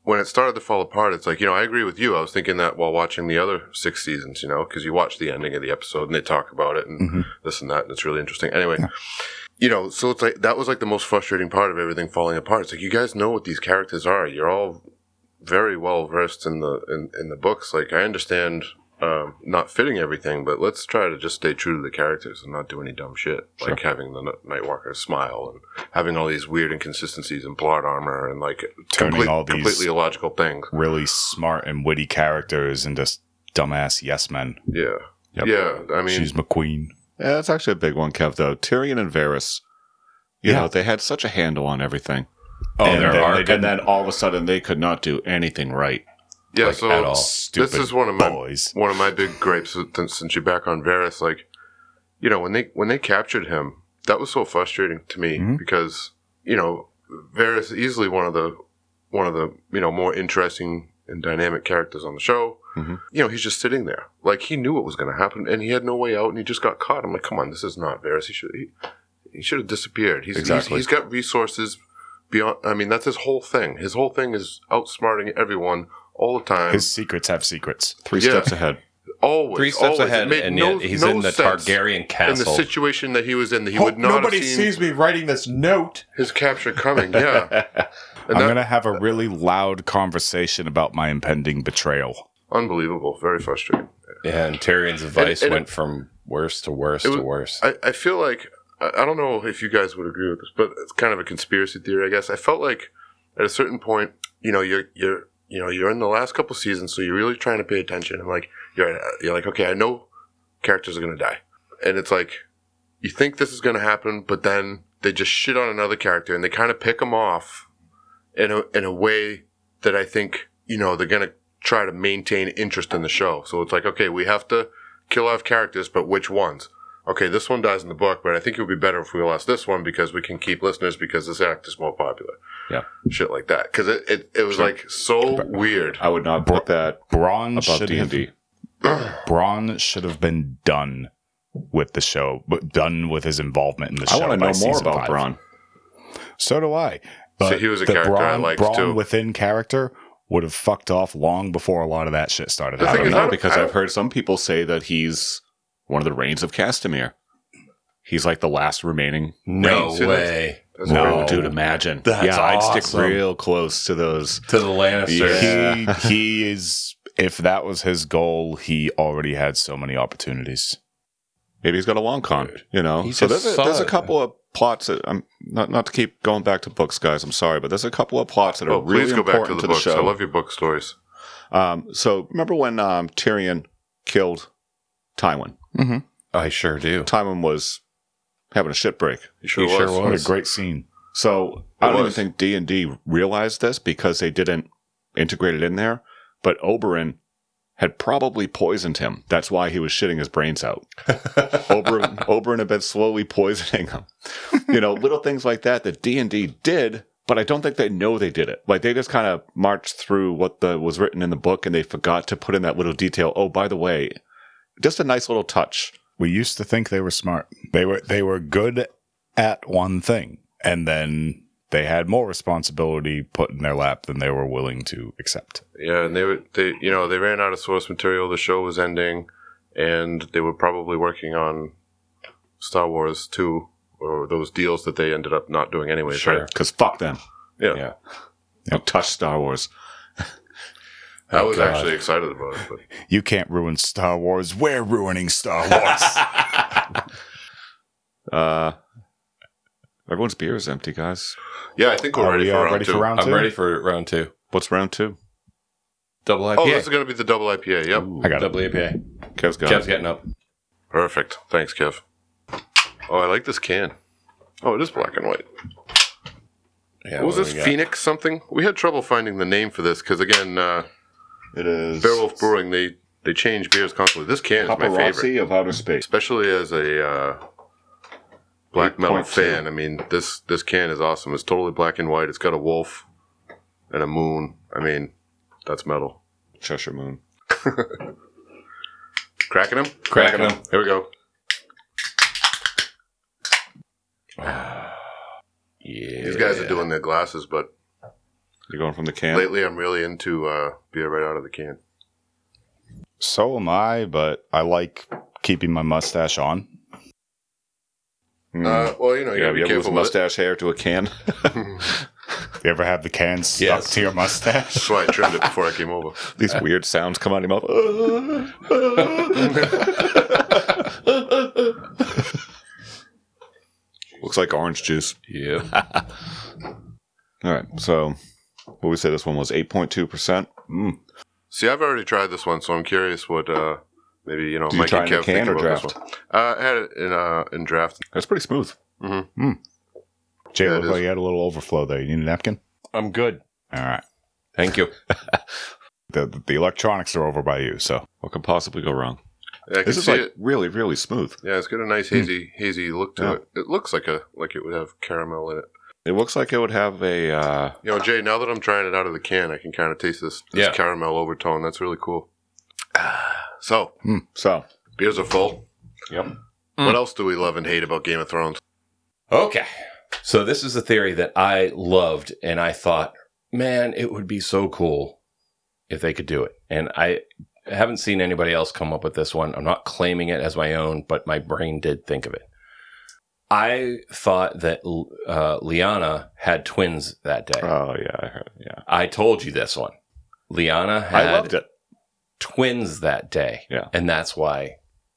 when it started to fall apart, it's like you know I agree with you. I was thinking that while watching the other six seasons, you know, because you watch the ending of the episode and they talk about it and
Mhm.
this and that, and it's really interesting. Anyway. You know, so it's like that was like the most frustrating part of everything falling apart. It's like you guys know what these characters are. You're all very well versed in the in, in the books. Like I understand um, not fitting everything, but let's try to just stay true to the characters and not do any dumb shit. Like having the N- Nightwalker smile and having all these weird inconsistencies in plot armor and like
Turning all these-
completely illogical things.
really smart and witty characters and just dumbass yes men.
Yeah,
Yep.
yeah. I mean,
She's McQueen.
Yeah, that's actually a big one, Kev. Though Tyrion and Varys, you
Yeah.
know, they had such a handle on everything.
Oh,
and
there
then,
are.
and then all of a sudden they could not do anything right.
yeah.
like,
so
at all.
Stupid
is one of my-
boys.
one of my big gripes since, since you're back on Varys, like, you know, when they when they captured him, that was so frustrating to me
Mhm.
because you know Varys is easily one of the one of the you know more interesting and dynamic characters on the show.
Mhm.
You know, he's just sitting there, like he knew what was going to happen, and he had no way out, and he just got caught. I'm like, come on, this is not Varys. He should he, he should have disappeared. He's,
Exactly.
he's he's got resources beyond. I mean, that's his whole thing. His whole thing is outsmarting everyone all the time.
His secrets have secrets.
Three
Yeah.
steps ahead.
always
Three steps
always. It
ahead,
made
and
no-
yet he's
no
in the
sense
Targaryen
in the
castle.
situation that he was in, that he would not have seen
me writing this note.
his capture coming.
*laughs*
Yeah, and
I'm
that,
going to have a really loud conversation about my impending betrayal.
unbelievable, very frustrating.
yeah, and Tyrion's advice
and-
went from worse to worse
It
to
was-
worse.
I, I feel like I, I don't know if you guys would agree with this, but it's kind of a conspiracy theory, I guess. I felt like at a certain point, you know, you're you're you know you're in the last couple seasons, so you're really trying to pay attention, and like you're you're like, okay, I know characters are gonna die, and it's like you think this is gonna happen, but then they just shit on another character, and they kind of pick them off in a in a way that I think you know they're gonna try to maintain interest in the show. So it's like, okay, we have to kill off characters, but which ones? okay, this one dies in the book, but I think it would be better if we lost this one because we can keep listeners because this act is more popular.
Yeah.
Shit like that. Because it, it, it was
Sure.
like so weird.
I would not put that
Braun
above
should
D and
have
D.
Braun should have been done with the show, but done with his involvement in the
I
show.
want to
by
know more
season
about
five.
Braun.
So do I.
So he was a character I liked,
Braun
too.
within character would have fucked off long before a lot of that shit started
The
I
thing
don't
happening.
is, I
know
don't-
because
I
I've
don't-
heard some people say that he's one of the reigns of Castamere. He's like the last remaining.
no
Right, so that's-
way
That's
No.
weird.
dude. Imagine.
That's
yeah, I'd stick
awesome.
real close to those.
to the Lannisters.
he he is if that was his goal he already had so many opportunities
Maybe he's got a long con. You know.
He's
so
just
there's a, there's a
solid.
couple of plots. That, I'm not not to keep going back to books, guys. I'm sorry, but there's a couple of plots that are
Oh,
really
please go back
important
to the
to the
books.
show.
I love your book stories.
Um, so remember when um, Tyrion killed Tywin?
Mm-hmm.
I Oh, sure do.
Tywin was having a shit break.
You sure,
sure
was.
was.
what a great scene
So I
It
don't even
was.
think D and D realized this because they didn't integrate it in there. But Oberon had probably poisoned him. That's why he was shitting his
*laughs*
brains out. Oberon, Oberon had been slowly poisoning him. You know, little things like that that D and D did, but I don't think they know they did it. Like they just kind of marched through what the was written in the book, and they forgot to put in that little detail. Oh, by the way, just a nice little touch.
we used to think they were smart they were they were good at one thing and then they had more responsibility put in their lap than they were willing to accept
Yeah, and they were they you know they ran out of source material. The show was ending, and they were probably working on Star Wars two or those deals that they ended up not doing anyway.
Because fuck them.
Yeah.
Don't touch Star Wars.
I was
God.
actually excited about it. But
You can't ruin Star Wars. We're ruining
*laughs*
Star Wars.
Uh, everyone's beer is empty, guys.
yeah, I think we're
Are
ready
we
for
all
round
ready
two.
for round
I'm
two?
ready for round two.
What's round two?
Double IPA.
oh, this is going to be the double IPA. Yep,
I got
double IPA.
Kev's got
Kev's
it.
getting up.
perfect. Thanks, Kev. Oh, I like this can. Oh, it is black and white.
Yeah,
What was
do
this
we got?
Phoenix something? We had trouble finding the name for this because again, uh,
It is
Beowulf Brewing they they change beers constantly. This can is my favorite.
Paparazzi of outer space.
especially as a uh, black metal
8.2.
fan. I mean, this this can is awesome. It's totally black and white. It's got a wolf and a moon. I mean, that's metal.
Cheshire Moon.
Cracking them.
Cracking 'em.
Here we
*sighs*
go.
Yeah.
These guys are doing their glasses, but
You're going from the can.
lately I'm really into uh, beer right out of the can.
So am I, but I like keeping my mustache on.
Hmm.
Uh, well, you know, you
yeah,
gotta
you
be
ever lose
careful with it.
mustache hair to a can?
You ever have the can stuck
Yes.
to your
*laughs*
mustache?
That's why I trimmed it before I came over.
These weird sounds come out of your mouth. Looks like orange juice.
Yeah.
*laughs* All right, so what we said this one was 8.2%. Mm.
See, I've already tried this one, so I'm curious what uh, maybe you know
Did you
Mike
try
and
it in a
Kev
can
think
or
about this
draft?
one. Uh, I had it in uh, in draft.
That's pretty smooth.
Jay,
Yeah, it
looked
is.
like you had a little overflow there. You need a napkin?
I'm good.
All right.
Thank you.
The, the, electronics are over by you, so
What could possibly go wrong?
I can
This is
see
like
it.
really, really smooth.
Yeah, it's got a nice hazy hazy look to
Yeah.
it. It looks like a like it would have caramel in it.
It looks like it would have a. Uh,
You know, Jay, now that I'm trying it out of the can, I can kind of taste this, this
Yeah.
caramel overtone. That's really cool. *sighs* Ah, So,
so
beers are full.
Yep.
What else do we love and hate about Game of Thrones?
Okay. So this is a theory that I loved and I thought, man, it would be so cool if they could do it. And I haven't seen anybody else come up with this one. I'm not claiming it as my own, but my brain did think of it. I thought that uh, Liana had twins that day.
oh yeah, I heard, yeah,
I told you this one. Liana had
I loved it.
twins that day.
Yeah.
And that's why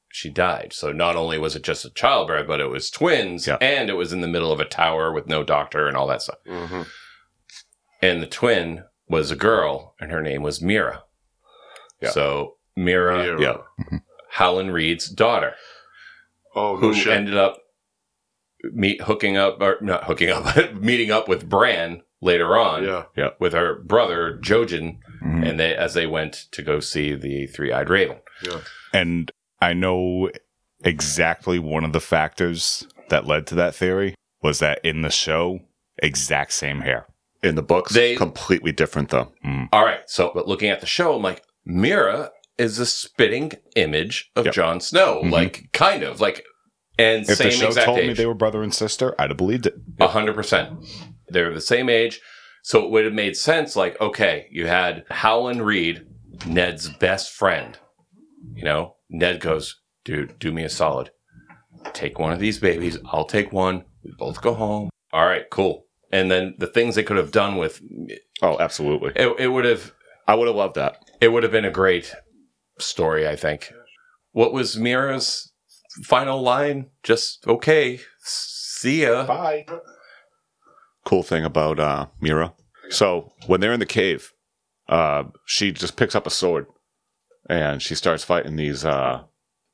she died. So not only was it just a childbirth, but it was twins
Yeah.
and it was in the middle of a tower with no doctor and all that stuff.
Mm-hmm.
And the twin was a girl and her name was Mira.
Yeah.
So Mira,
Uh, Yeah.
Howland Reed's daughter,
Oh,
who
no shit.
ended up meet hooking up or not hooking up, *laughs* but meeting up with Bran later on
yeah.
with her brother Jojen
Mm-hmm.
Mhm.
and they as they went to go see the three-eyed raven.
and I know exactly one of the factors that led to that theory was that in the show, exact same hair.
In the books,
They-
completely different though. Mm.
All right. So, but looking at the show, I'm like, Mira is a spitting image of
Yep.
Jon Snow,
Mhm.
like kind of like, and
If
same
the show
exact
told me
age.
they were brother and sister, I'd have believed it.
A hundred percent. They're the same age, so it would have made sense. Like, okay, you had Howland Reed, Ned's best friend. You know, Ned goes, dude, do me a solid. Take one of these babies. I'll take one. We both go home. All right, cool. And then the things they could have done with it,
Oh, absolutely.
it would have
I would have loved that.
it would have been a great story, I think. What was Mira's final line? Just okay, see ya.
Bye.
Cool thing about uh, Mira. So when they're in the cave, uh, she just picks up a sword and she starts fighting these uh,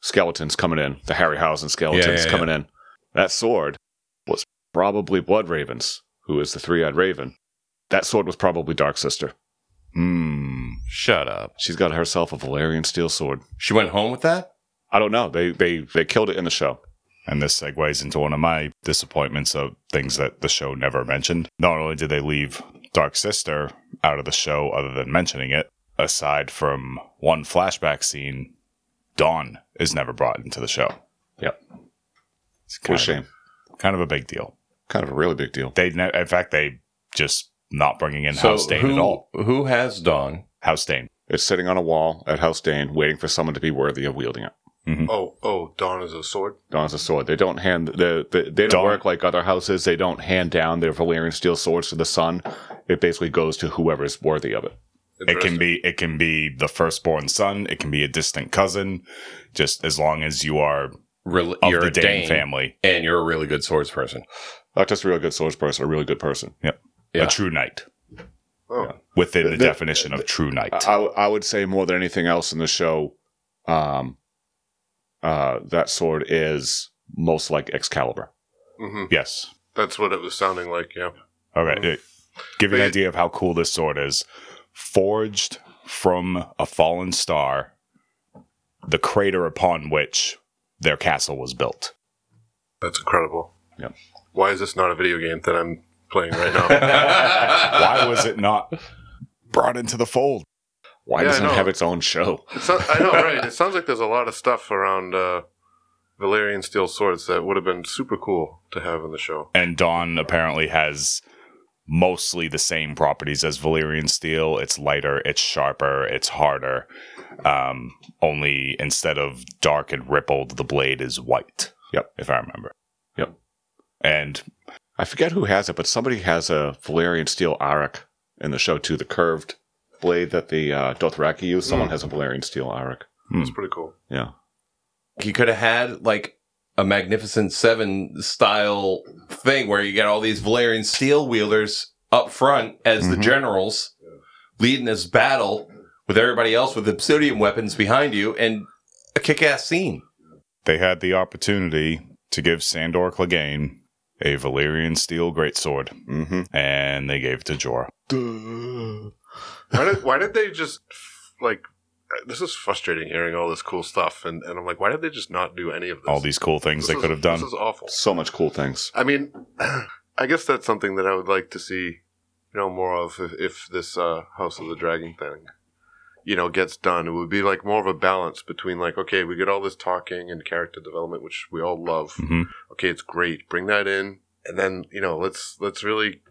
skeletons coming in, the Harryhausen skeletons
Yeah, yeah, yeah.
coming in. That sword was probably Blood Ravens, who is the three-eyed raven. That sword was probably Dark Sister.
Mm.
Shut up.
She's got herself a Valerian steel sword.
She went home with that.
I don't know. They they they killed it in the show.
And this segues into one of my disappointments of things that the show never mentioned. Not only did they leave Dark Sister out of the show, other than mentioning it, aside from one flashback scene, Dawn is never brought into the show.
Yep.
It's
What
kind,
a shame.
Of, kind of a big deal.
Kind of a really big deal.
They, ne- in fact, they just not bringing in House Dane
who,
at all.
who has Dawn?
House Dane.
It's sitting on a wall at House Dane, waiting for someone to be worthy of wielding it.
Oh, oh, Dawn is a sword.
Don's a sword. They don't hand the, the they don't
Dawn.
work like other houses. They don't hand down their Valerian steel swords to the son. It basically goes to whoever's worthy of it.
It can be it can be the firstborn son. It can be a distant cousin. Just as long as you are
Rel-
of
you're
the
a
Dane,
Dane
family,
and you're a really good swords *laughs* person.
Not just a real good swords person, a really good person.
Yeah.
a true knight
Oh.
within the,
The-
definition of true knight.
I, I w- I would say more than anything else in the show, um, uh, that sword is most like Excalibur.
hmm
yes.
That's what it was sounding like. Yeah.
All right. It- give you an
But-
idea of how cool this sword is. Forged from a fallen star, the crater upon which their castle was built.
That's incredible.
Yeah.
Why is this not a video game that I'm playing right
*laughs*
now?
*laughs* Why was it not brought into the fold?
Yeah,
Why
I
doesn't it
know.
have its own show?
It sounds- I know, right? It sounds like there's a lot of stuff around uh, Valerian steel swords that would have been super cool to have in the show.
And Dawn apparently has mostly the same properties as Valyrian steel. It's lighter, it's sharper, it's harder. Um, only instead of dark and rippled, the blade is white.
Yep.
If I remember.
Yep.
And
I forget who has it, but somebody has a Valerian steel arak in the show too. The curved blade that the uh, Dothraki use. Someone
Hmm.
has a Valerian steel arak.
Hmm.
It's pretty cool.
Yeah.
he could have had like a magnificent seven style thing where you get all these Valerian steel wielders up front as the
Mhm.
generals leading this battle with everybody else with obsidian weapons behind you and a kick ass
*laughs*
scene.
they had the opportunity to give Sandor Clegane a Valyrian steel greatsword,
Mm-hmm.
and they gave it to Jorah.
Why did, why did they just like? This is frustrating hearing all this cool stuff, and, and I'm like, why did they just not do any of this?
All these cool things
This
they
is-
could have done.
This is awful.
So much cool things.
I mean, *clears throat* I guess that's something that I would like to see, you know, more of if, if this uh, House of the Dragon thing, you know, gets done. It would be like more of a balance between like, okay, we get all this talking and character development, which we all love.
Mhm.
Okay, it's great. Bring that in, and then you know, let's let's really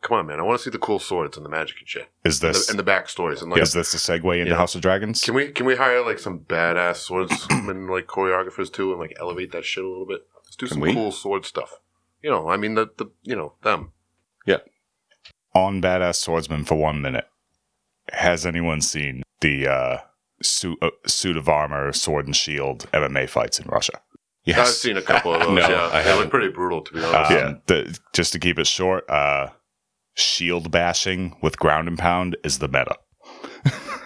come on, man. I want to see the cool swords and the magic and shit,
Is
and the,
this
and the backstories and like.
is this a segue into
Yeah.
House of Dragons?
Can we can we hire like some badass
*clears throat*
swordsmen like choreographers too and like elevate that shit a little bit? Let's do
Can
some
we?
cool sword stuff. You know, I mean the, the you know them.
On badass swordsman for one minute. Has anyone seen the uh, suit uh, suit of armor, sword and shield MMA fights in Russia?
I've seen a couple
*laughs*
of those.
No,
yeah, they
I haven't.
look pretty brutal to be
Uh,
Um,
honest.
Yeah.
the- just to keep it short, uh, shield bashing with ground and pound is the meta.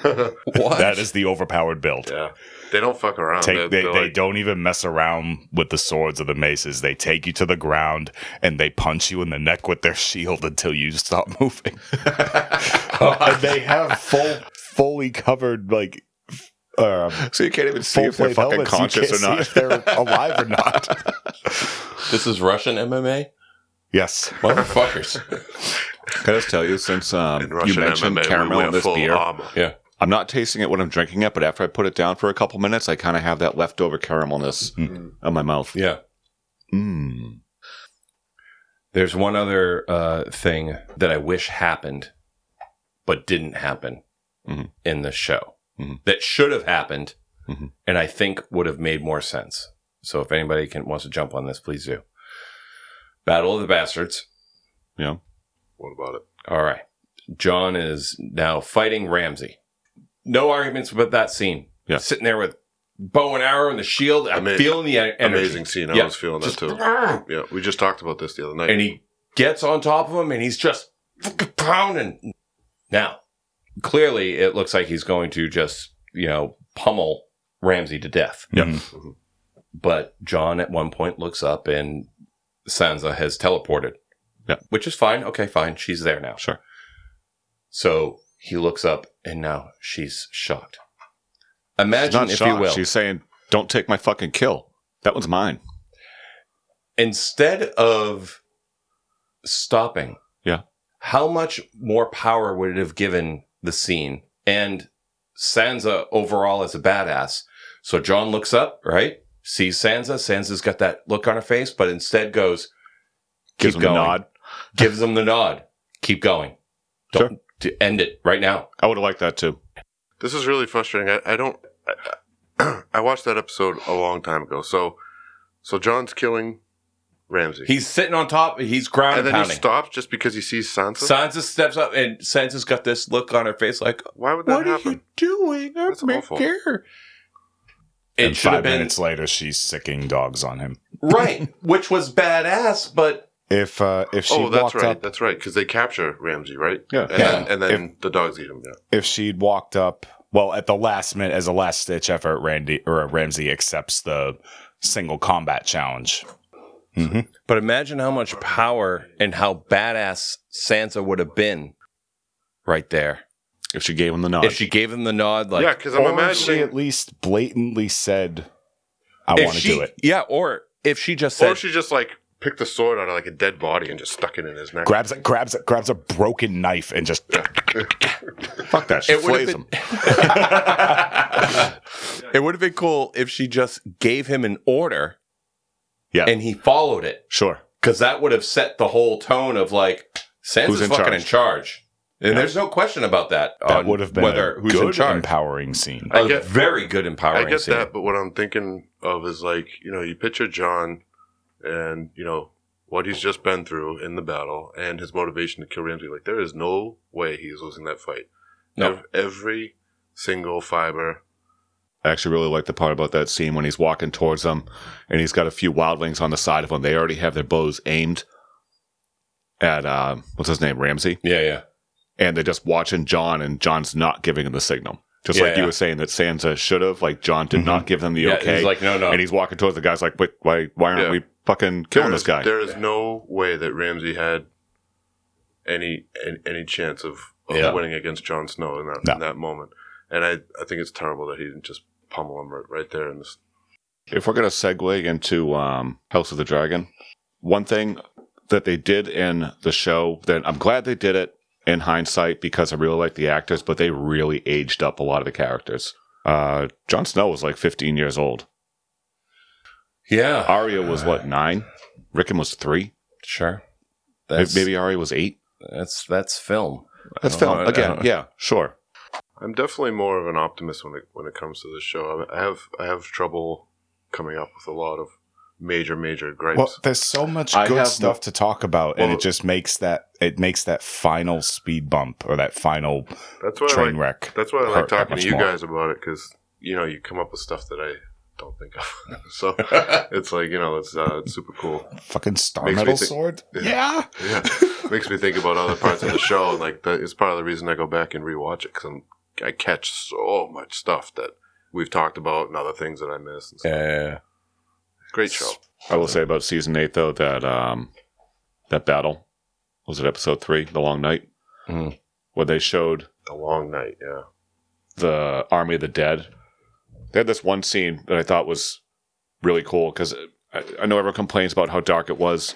What?
That is the overpowered build.
*laughs* yeah, they don't fuck around.
take
they're,
they,
they're
they
like,
don't even mess around with the swords or the maces they take you to the ground and they punch you in the neck with their shield until you stop *laughs* moving *laughs* and they have full fully covered like uh,
*laughs* So you can't even see
full
if they're fucking
plate helmets. You
conscious
can't
or
oh, see
not.
if they're alive or not
this is Russian MMA?
*laughs* yes *laughs*
Motherfuckers.
Can I just tell you, since um,
in Russian
you mentioned
MMA, we
caramel
wear
in this
full
beer,
armor.
I'm not tasting it when I'm drinking it, but after I put it down for a couple minutes, I kind of have that leftover caramelness
Hmm.
on my mouth.
yeah.
Mm.
There's one other uh, thing that I wish happened, but didn't happen
Mm-hmm.
Mhm.
in the show
Mhm.
that should have happened,
Mm-hmm.
Mhm.
and I think would have made more sense. So if anybody can wants to jump on this, please do. Battle of the Bastards.
What about it?
All right, John is now fighting Ramsey. No arguments about that scene.
Yeah.
sitting there with bow and arrow and the shield. I'm
Ama-
feeling the en- energy.
Amazing scene. I
Yeah,
was feeling
Just-
that
*laughs*
too. Yeah, we just talked about this the other night.
and he gets on top of him and he's just fucking pounding. Now, clearly, it looks like he's going to just, you know, pummel Ramsey to death.
Mhm.
But John at one point looks up and Sansa has teleported,
Yeah.
which is fine. Okay, fine. She's there now.
Sure.
So he looks up and now she's shocked. Imagine,
not
if
shocked.
you will,
She's saying, "Don't take my fucking kill. That one's mine."
instead of stopping,
Yeah.
how much more power would it have given the scene and Sansa overall as a badass? So John looks up, right? Sees Sansa. Sansa's got that look on her face, but instead goes,
*laughs*
Gives
keep
him a
going.
nod.
Gives them the nod. Keep going. Don't to end it right now.
I would have liked that too.
This is really frustrating. I, I don't. *clears throat* I, I watched that episode a long time ago. So, so John's killing Ramsey.
He's sitting on top. He's ground
and
and
then he
pounding.
stops just because he sees Sansa.
Sansa steps up, and Sansa's got this look on her face like,
Why would that
"What
happen?
are you doing? I'm
That's awful.
here."
and
It should have
five
been
minutes later, she's sicking dogs on him.
right, which was badass, but
If uh, if she
oh, that's
walked
right.
up,
That's right. Because they capture Ramsey, right?
Yeah.
And then, and then the dogs eat him. Yeah.
if she'd walked up, well, at the last minute, as a last stitch effort, Randy or uh, Ramsey accepts the single combat challenge. Mm-hmm.
but imagine how much power and how badass Sansa would have been right there
if she gave him the nod.
if she gave him the nod. Like,
yeah, because I'm
or she
imagining.
at least blatantly said, "I
if
want to
she-
do it."
Yeah, or if she just
Or
said,
she just like picked the sword out of like a dead body and just stuck it in his neck.
Grabs it, grabs it, grabs a broken knife, and just
Fuck that. She
It would've
flays
been-
him.
*laughs* it would have been cool if she just gave him an order,
Yeah.
and he followed it.
Sure.
because that would have set the whole tone of like Sansa's
Who's in
fucking
charge?
in charge, and there's no question about that.
that
on
would have been
whether
a
who's
good,
in charge.
empowering scene.
I
A
get-
very good empowering.
I get
scene.
that, but what I'm thinking of is like, you know, you picture John and, you know, what he's just been through in the battle and his motivation to kill Ramsey. Like, there is no way he's losing that fight.
No.
Ev- every single fiber.
I actually really like the part about that scene when he's walking towards them and he's got a few wildlings on the side of him. They already have their bows aimed at, um, what's his name, Ramsey.
Yeah, yeah.
And they're just watching John, and John's not giving him the signal. Just
Yeah,
like you
yeah. Mm-hmm.
were saying that Sansa should have. Like, John did not give them the
yeah
okay.
He's like, no, no.
and he's walking towards the guy's like, wait, why, why aren't
Yeah.
we fucking killing
There
this
is-
guy?
There is no way that Ramsey had any any, any chance of, of
Yeah.
winning against Jon Snow in that,
No.
in that moment. And I, I think it's terrible that he didn't just pummel him right, right there in this.
If we're going to segue into um, House of the Dragon, one thing that they did in the show that I'm glad they did it in hindsight because I really like the actors, but they really aged up a lot of the characters. Uh, Jon Snow was like 15 years old.
yeah,
Arya was
Uh,
what nine? Rickon was three.
sure.
May-
That's,
Maybe Arya was eight.
that's that's *laughs* film.
That's
I don't
film
know. I
again.
don't-
Yeah, sure.
I'm definitely more of an optimist when it when it comes to this show. I have I have trouble coming up with a lot of major major gripes.
Well, there's so much
I
good
have
stuff to talk about, and
Well-
it just makes that it makes that final speed bump or that final
that's why I
train
like,
wreck.
that's why I like
hurt that
talking to
much
you
more.
guys about it because you know you come up with stuff that I don't think of. *laughs* so it's like you know it's uh, it's super cool.
Fucking star
Makes me
metal
think-
sword.
Yeah.
yeah.
Yeah, *laughs* makes me think about other parts of the show. and Like that is part of the reason I go back and rewatch it because I'm I catch so much stuff that we've talked about and other things that I miss. And stuff.
Yeah,
Great show.
I will say about season eight though that um that battle was it episode three, the long night,
Mhm.
where they showed
A long night. Yeah.
the Army of the Dead. They had this one scene that I thought was really cool because I, I know everyone complains about how dark it was,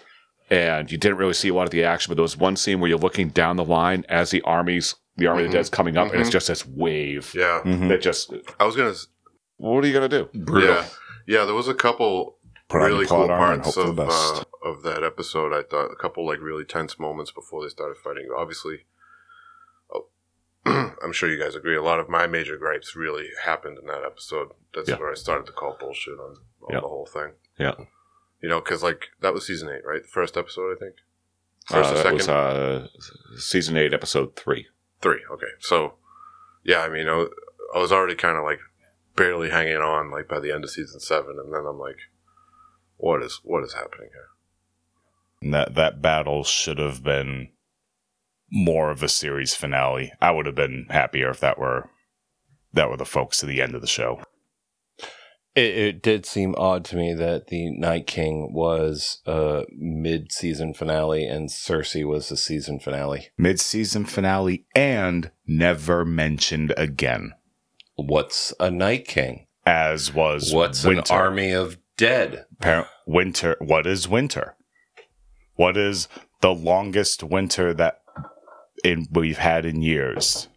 and you didn't really see a lot of the action. But there was one scene where you're looking down the line as the armies, the Army of the Dead's coming up, and it's just this wave
Yeah.
Mm-hmm.
that just. uh,
I was gonna. s-
What are you gonna do?
Yeah. Yeah. There was a couple
Put on
really
your cool
cool
armor and hope
parts
for the
of,
best.
uh, of that episode. I thought a couple like really tense moments before they started fighting. Obviously, oh, *clears throat* I'm sure you guys agree. A lot of my major gripes really happened in that episode. That's
Yeah.
where I started to call bullshit on, on
Yeah.
the whole thing.
Yeah.
you know, because like that was season eight, right? The first episode, I think. First
Uh,
or
that
second,
was uh, season eight, episode three.
three. Okay, so yeah, I mean, I, wa- I was already kind of like barely hanging on, like by the end of season seven, and then I'm like, what is what is happening here?
And that that battle should have been more of a series finale. I would have been happier if that were that were the folks to the end of the show.
it, it did seem odd to me that the Night King was a mid-season finale and Cersei was the season finale.
Mid season finale and never mentioned again.
What's a Night King?
As was
What's
Winter.
an army of dead?
Appar- winter what is winter what is the longest winter that in we've had in years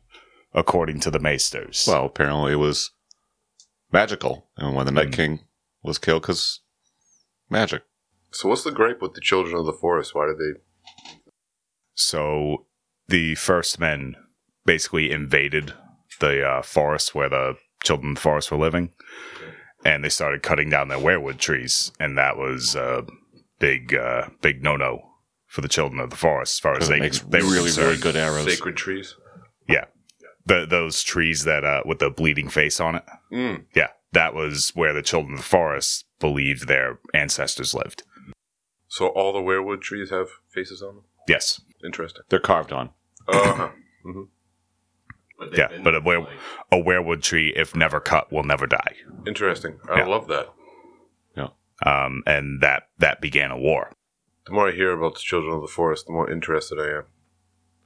according to the maesters
Well, apparently it was magical, and when the Night
Mm.
King was killed, because magic.
So what's the gripe with the children of the forest? Why did they?
so the first men basically invaded the uh, forest where the children of the forest were living and they started cutting down their weirwood trees and that was uh, big uh, big no no for the children of the forest as far as
Because
they
it makes
they were
really,
concerned.
really good arrows.
Sacred trees.
the, those trees that uh, with the bleeding face on it.
Mm.
Yeah, that was where the children of the forest believed their ancestors lived.
So all the weirwood trees have faces on them.
Yes,
Interesting.
They're carved on.
Uh,
But
yeah, but a, were, a werewood tree, if never cut, will never die.
interesting. I
Yeah.
love that.
Um, and that that began a war.
The more I hear about the children of the forest, the more interested I am.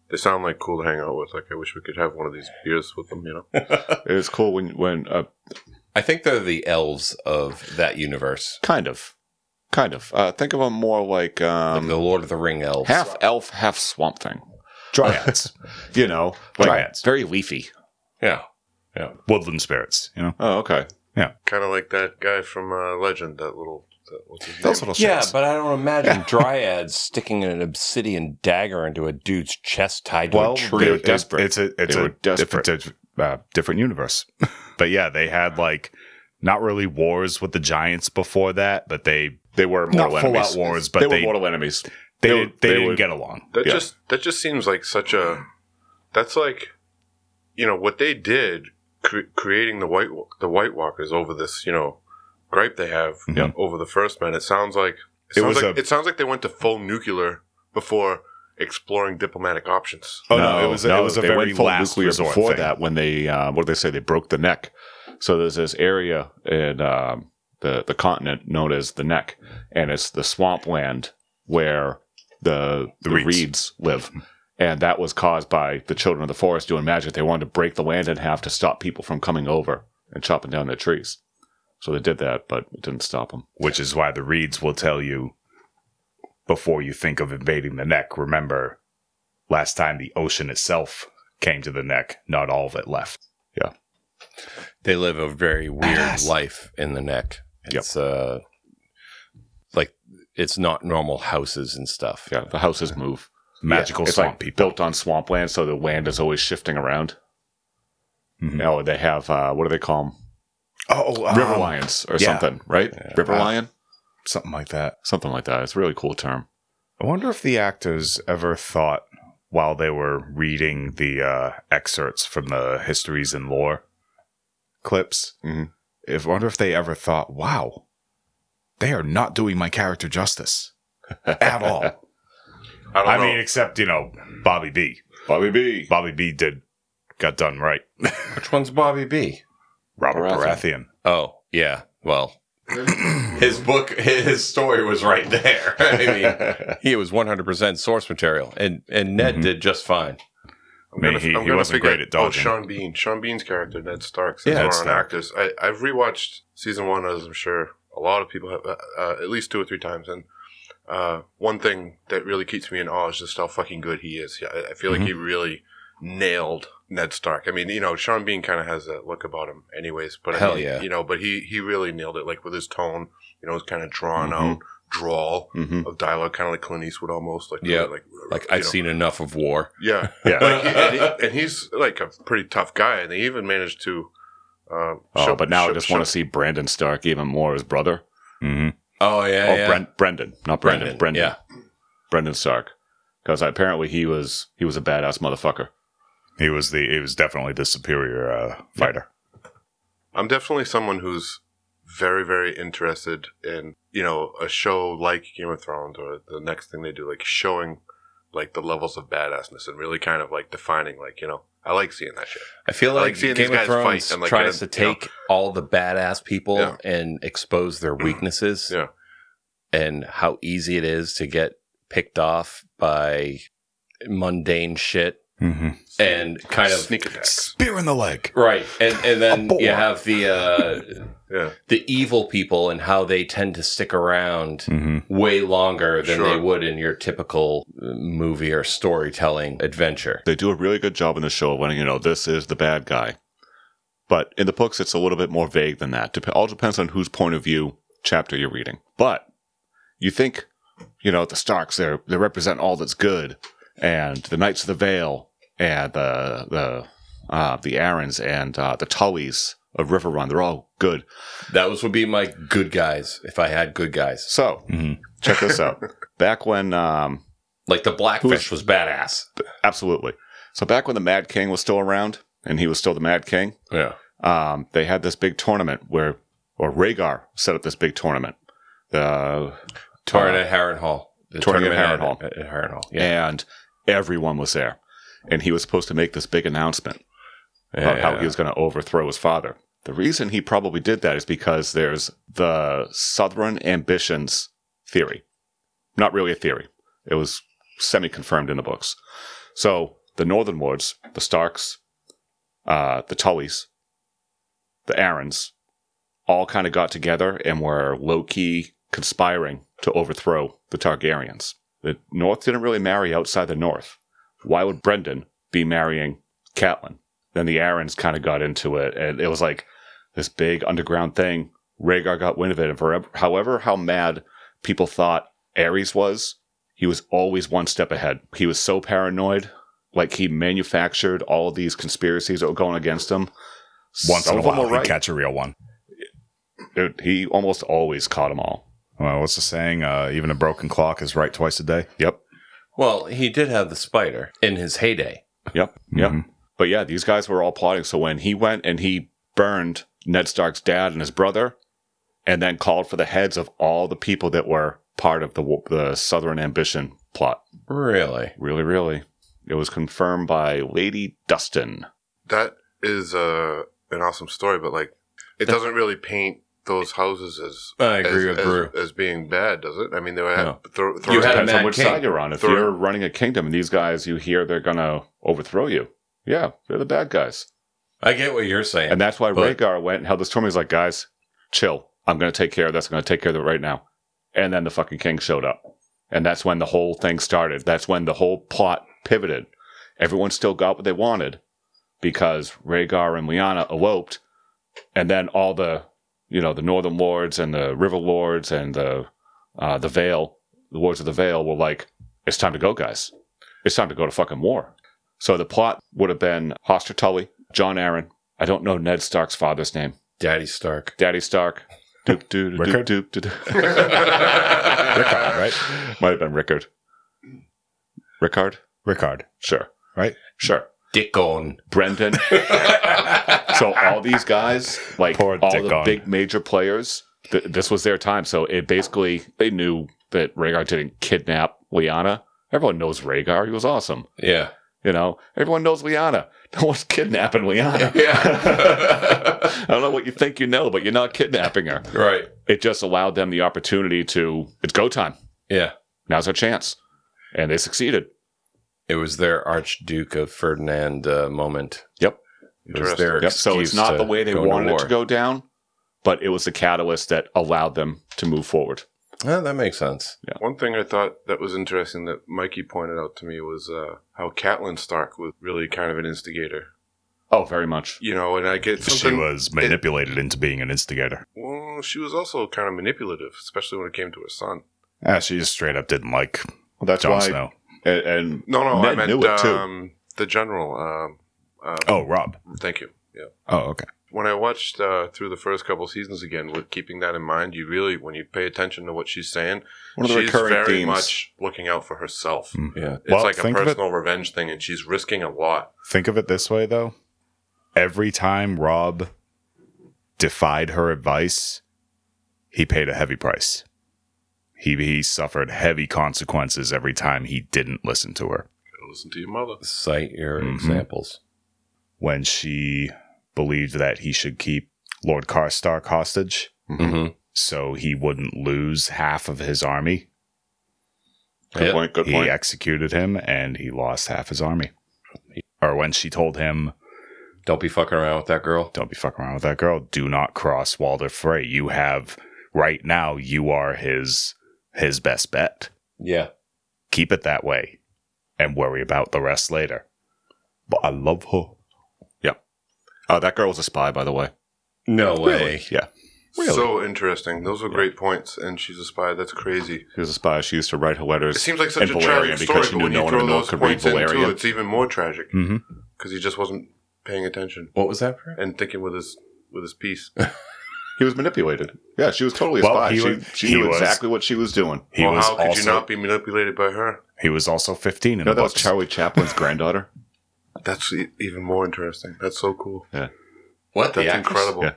They sound like cool to hang out with. Like I wish we could have one of these beers with them. You know.
It's cool when when uh,
I think they're the elves of that universe,
kind of, kind of. Uh, think of them more like
like
um,
the Lord of the Ring elves.
half elf, half swamp thing.
Dryads,
You know, like
Dryads.
very leafy.
yeah,
*laughs* woodland spirits. You know,
Oh, okay.
kind of like that guy from uh, Legend. That little. That, what's his
those
name?
little
yeah.
shits.
But I don't *laughs* imagine dryads sticking an obsidian dagger into a dude's chest tied to
well,
a
they
tree.
were desperate. It's a it's
They
a
were desperate.
different uh, different universe. *laughs* but yeah, they had like not really wars with the giants before that, but they
They were
not
mortal
full
enemies.
out wars, but
they,
they
were mortal enemies.
they,
they
did-
were-
they
they
didn't
were-
get along.
That
Yeah.
just that just seems like such a. That's like, you know, what they did cre- creating the white Wa- the White Walkers over this, you know, gripe they have
Yeah.
over the first man. It sounds like it,
It
sounds
was
like
a-
it sounds like they went to full nuclear before exploring diplomatic options.
Oh no, it was a, it was a
they
very
went full
last
nuclear
resort
before
thing.
that when they uh, what do they say they broke the neck. So there's this area in um, the the continent known as the neck, and it's the swampland where the
The
the,
reeds.
reeds. live, and that was caused by the children of the forest doing magic. They wanted to break the land in half to stop people from coming over and chopping down their trees. So they did that, but it didn't stop them.
which is why the reeds will tell you before you think of invading the neck. Remember, last time the ocean itself came to the neck, not all of it left.
they live a very weird life in the neck.
Yep.
It's uh like it's not normal houses and stuff.
Yeah, the houses move.
Magical
Yeah, it's
swamp
like
people.
built on swampland, so the land is always shifting around.
Mhm.
No, they have uh, what do they call them?
Oh, um,
River lions or
yeah.
something, right? River
Uh,
lion,
something like that.
something like that. It's a really cool term.
I wonder if the actors ever thought while they were reading the uh, excerpts from the histories and lore clips,
Mm-hmm.
Mhm.
if I wonder if they ever thought, "Wow, they are not doing my
*laughs*
character justice at all."
I don't
I
know.
mean, except you know, Bobby B.
Bobby B.
Bobby B. did got done right.
Which one's Bobby B?
Robert
Baratheon.
Baratheon.
Oh, yeah. Well, his book, his story was right there. *laughs* I mean, he was 100% source material, and and Ned
Mhm.
did just fine.
I'm
mean,
gonna-
he-
I'm
he
gonna
wasn't
figure-
great at
Oh,
dodging.
Sean Bean. Sean Bean's character, Ned Stark,
Yeah,
yeah,
Ned
more on
Stark.
actors. I, I've rewatched season one, as I'm sure a lot of people have, uh, uh, at least two or three times. And uh, one thing that really keeps me in awe is just how fucking good he is. Yeah, I, I feel
Mm-hmm.
like he really nailed Ned Stark. I mean, you know, Sean Bean kind of has that look about him, anyways. But
Hell
I mean,
yeah.
you know, but he he really nailed it, like with his tone. You know, his kind of drawn
Mm-hmm.
out drawl
Mm-hmm.
of dialogue, kind of like Clint Eastwood almost. Like
Yeah.
really, like
Like,
you
I've
know.
seen enough of war.
Yeah,
Yeah.
Like, he- and, he- and he's like a pretty tough guy, and they even managed to. Uh,
Oh,
show-
but now I
show-
just want
show-
to see Brandon Stark even more as brother.
Mm-hmm.
Oh, yeah.
oh,
yeah.
Brent, Brendan, not Brandon.
Brendan,
Brendan.
yeah.
Brendan Stark, because apparently he was he was a badass motherfucker.
He was the he was definitely the superior uh, fighter.
I'm definitely someone who's very, very interested in you know a show like Game of Thrones or the next thing they do, like showing like the levels of badassness and really kind of like defining, like you know, I like seeing that shit.
I feel
I like
like,
seeing these
Game
guys
of
fight
Thrones
and, like,
tries
get a-
to
you know.
take all the badass people
Yeah.
and
*clears throat*
expose their weaknesses.
Yeah.
And how easy it is to get picked off by mundane shit
Mm-hmm.
and kind of
sneak attacks.
Spear in the leg.
right and and then
boar.
you have the uh
Yeah,
the evil people and how they tend to stick around
Mm-hmm.
way longer than
Sure.
they would in your typical uh, movie or storytelling adventure
They do a really good job in the show of letting you know this is the bad guy, but in the books it's a little bit more vague than that. Dep- all depends on whose point of view chapter you're reading. But you think, you know, the Starks they they represent all that's good, and the Knights of the Vale and the the uh, the Arons and uh, the Tullys of River Run. They're all good.
That was would be my good guys if I had good guys.
So
Mhm.
check this out. Back when, um,
Like the Blackfish was badass.
absolutely. So back when the Mad King was still around, and he was still the Mad King,
Yeah.
um, they had this big tournament where, or Rhaegar set up this big tournament. Uh,
Torn at Harrenhal. Hall.
Tournament at Harrenhal.
At, at Harrenhal. Yeah.
and everyone was there. And he was supposed to make this big announcement about how he was going to overthrow his father. The reason he probably did that is because there's the Southern ambitions theory. Not really a theory, it was semi confirmed in the books. So the Northern Lords, the Starks, uh, the Tullys, the Aarons, all kind of got together and were low key conspiring to overthrow the Targaryens. The North didn't really marry outside the North. Why would Brendan be marrying Catelyn? Then the Aarons kind of got into it, and it was like this big underground thing. Rhaegar got wind of it, and forever, however, how mad people thought Ares was, he was always one step ahead. He was so paranoid, like he manufactured all of these conspiracies that were going against him.
Once
Some
in a
of them
while,
were
you catch a real one.
Dude, he almost always caught them all.
Well, what's the saying? Uh, even a broken clock is right twice a day.
Yep.
well, he did have the spider in his heyday.
Yep. Yep.
Mhm.
But yeah, these guys were all plotting. So when he went and he burned Ned Stark's dad and his brother, and then called for the heads of all the people that were part of the wa- the Southern Ambition plot.
Really?
Really, really, it was confirmed by Lady Dustin.
That is uh, an awesome story, but like, it doesn't really paint those houses as
I agree
as,
with Brew.
as, as being bad, does it? I mean, they were
No.
throw,
You had
*laughs*
a
Depends on
mad
which
king.
side you're on. If
Thor-
you're running a kingdom and these guys, you hear they're gonna overthrow you. Yeah, they're the bad guys.
I get what you're saying.
And that's why
But-
Rhaegar went and held this tournament. He's like, guys, chill. I'm going to take care of this. I'm going to take care of it right now. And then the fucking king showed up. And that's when the whole thing started. That's when the whole plot pivoted. Everyone still got what they wanted because Rhaegar and Lyanna awoke. And then all the, you know, the Northern Lords and the River Lords and the, uh, the Vale, the Lords of the Vale were like, it's time to go, guys. It's time to go to fucking war. So the plot would have been Hoster Tully, John Aaron, I don't know Ned Stark's father's name.
Daddy Stark.
Daddy Stark. Doop, doop, doop,
Rickard?
doop, doop, doop.
Rickard, *laughs* right?
Might have been Rickard. Rickard?
Rickard.
Sure.
Right?
Sure.
Dick *laughs* on.
Brendan. so all these guys, like
Poor
all
Dick
the
Gone.
big major players, th- this was their time. So it basically, they knew that Rhaegar didn't kidnap Lyanna. Everyone knows Rhaegar. He was awesome.
Yeah.
You know, everyone knows Lyanna. *laughs* No one's kidnapping Lyanna.
Yeah.
*laughs* I don't know what you think you know, but you're not kidnapping her.
right.
it just allowed them the opportunity to it's go time
Yeah.
now's our chance and they succeeded
It was their Archduke of Ferdinand uh, moment.
Yep.
It was their
Yep, so it's
excuse
not
to
the way they
go into
wanted it
war.
to go down but it was the catalyst that allowed them to move forward
Yeah, that makes sense.
One thing I thought that was interesting that Mikey pointed out to me was uh, how Catelyn Stark was really kind of an instigator.
oh very much
You know, and I get something.
She was manipulated into being an instigator.
Well, she was also kind of manipulative, especially when it came to her son.
Ah, she just straight up didn't like
well, that's
Jon
why
Snow.
and, and
No, no, I
Ned
meant
knew it, too.
um, the general. Um, um,
Oh, Rob.
thank you. Yeah.
Oh, okay.
When I watched uh, through the first couple seasons again, with keeping that in mind, you really, when you pay attention to what she's saying,
one of the
she's
recurring
very
themes Hmm.
much looking out for herself.
Mm.
Yeah.
It's
Well,
like a
think of it-
personal revenge thing, and she's risking a lot.
Think of it this way, though. Every time Rob defied her advice, he paid a heavy price. He, he suffered heavy consequences every time he didn't listen to her.
Gotta listen to your mother.
Cite your
Mhm.
examples.
When she believed that he should keep Lord Karstark hostage
Mm-hmm.
so he wouldn't lose half of his army,
good
Yep.
point good
he
point
executed him and he lost half his army. Or when she told him,
Don't be fucking around with that girl.
don't be fucking around with that girl. Do not cross Walder Frey. You have right now. You are his his best bet.
Yeah.
Keep it that way, and worry about the rest later. But I love her.
oh that girl was a spy by the way
No way.
yeah
Really?
So interesting. Those were great points, and she's a spy. That's crazy.
she was a spy she used to write her
It
letters
seems like such
And
a
Valerian,
tragic story,
because she
but
knew
when
no
you
one
throw
in the North
those
could read
points in
Valerian.
too, it's even more tragic
Mm-hmm.
because he just wasn't paying attention
What was that for?
and thinking with his with his
*laughs*
piece.
He was manipulated. Yeah, she was totally a
Well,
spy.
he
she
was-
she
he
knew
was-
exactly what she was doing.
He
well,
was
how could
also
you not be manipulated by her?
he was also 15 in
You know
the
that was
books.
Charlie Chaplin's granddaughter.
That's e- even more interesting. That's so cool.
What?
That's
the actress?
incredible.
Yeah.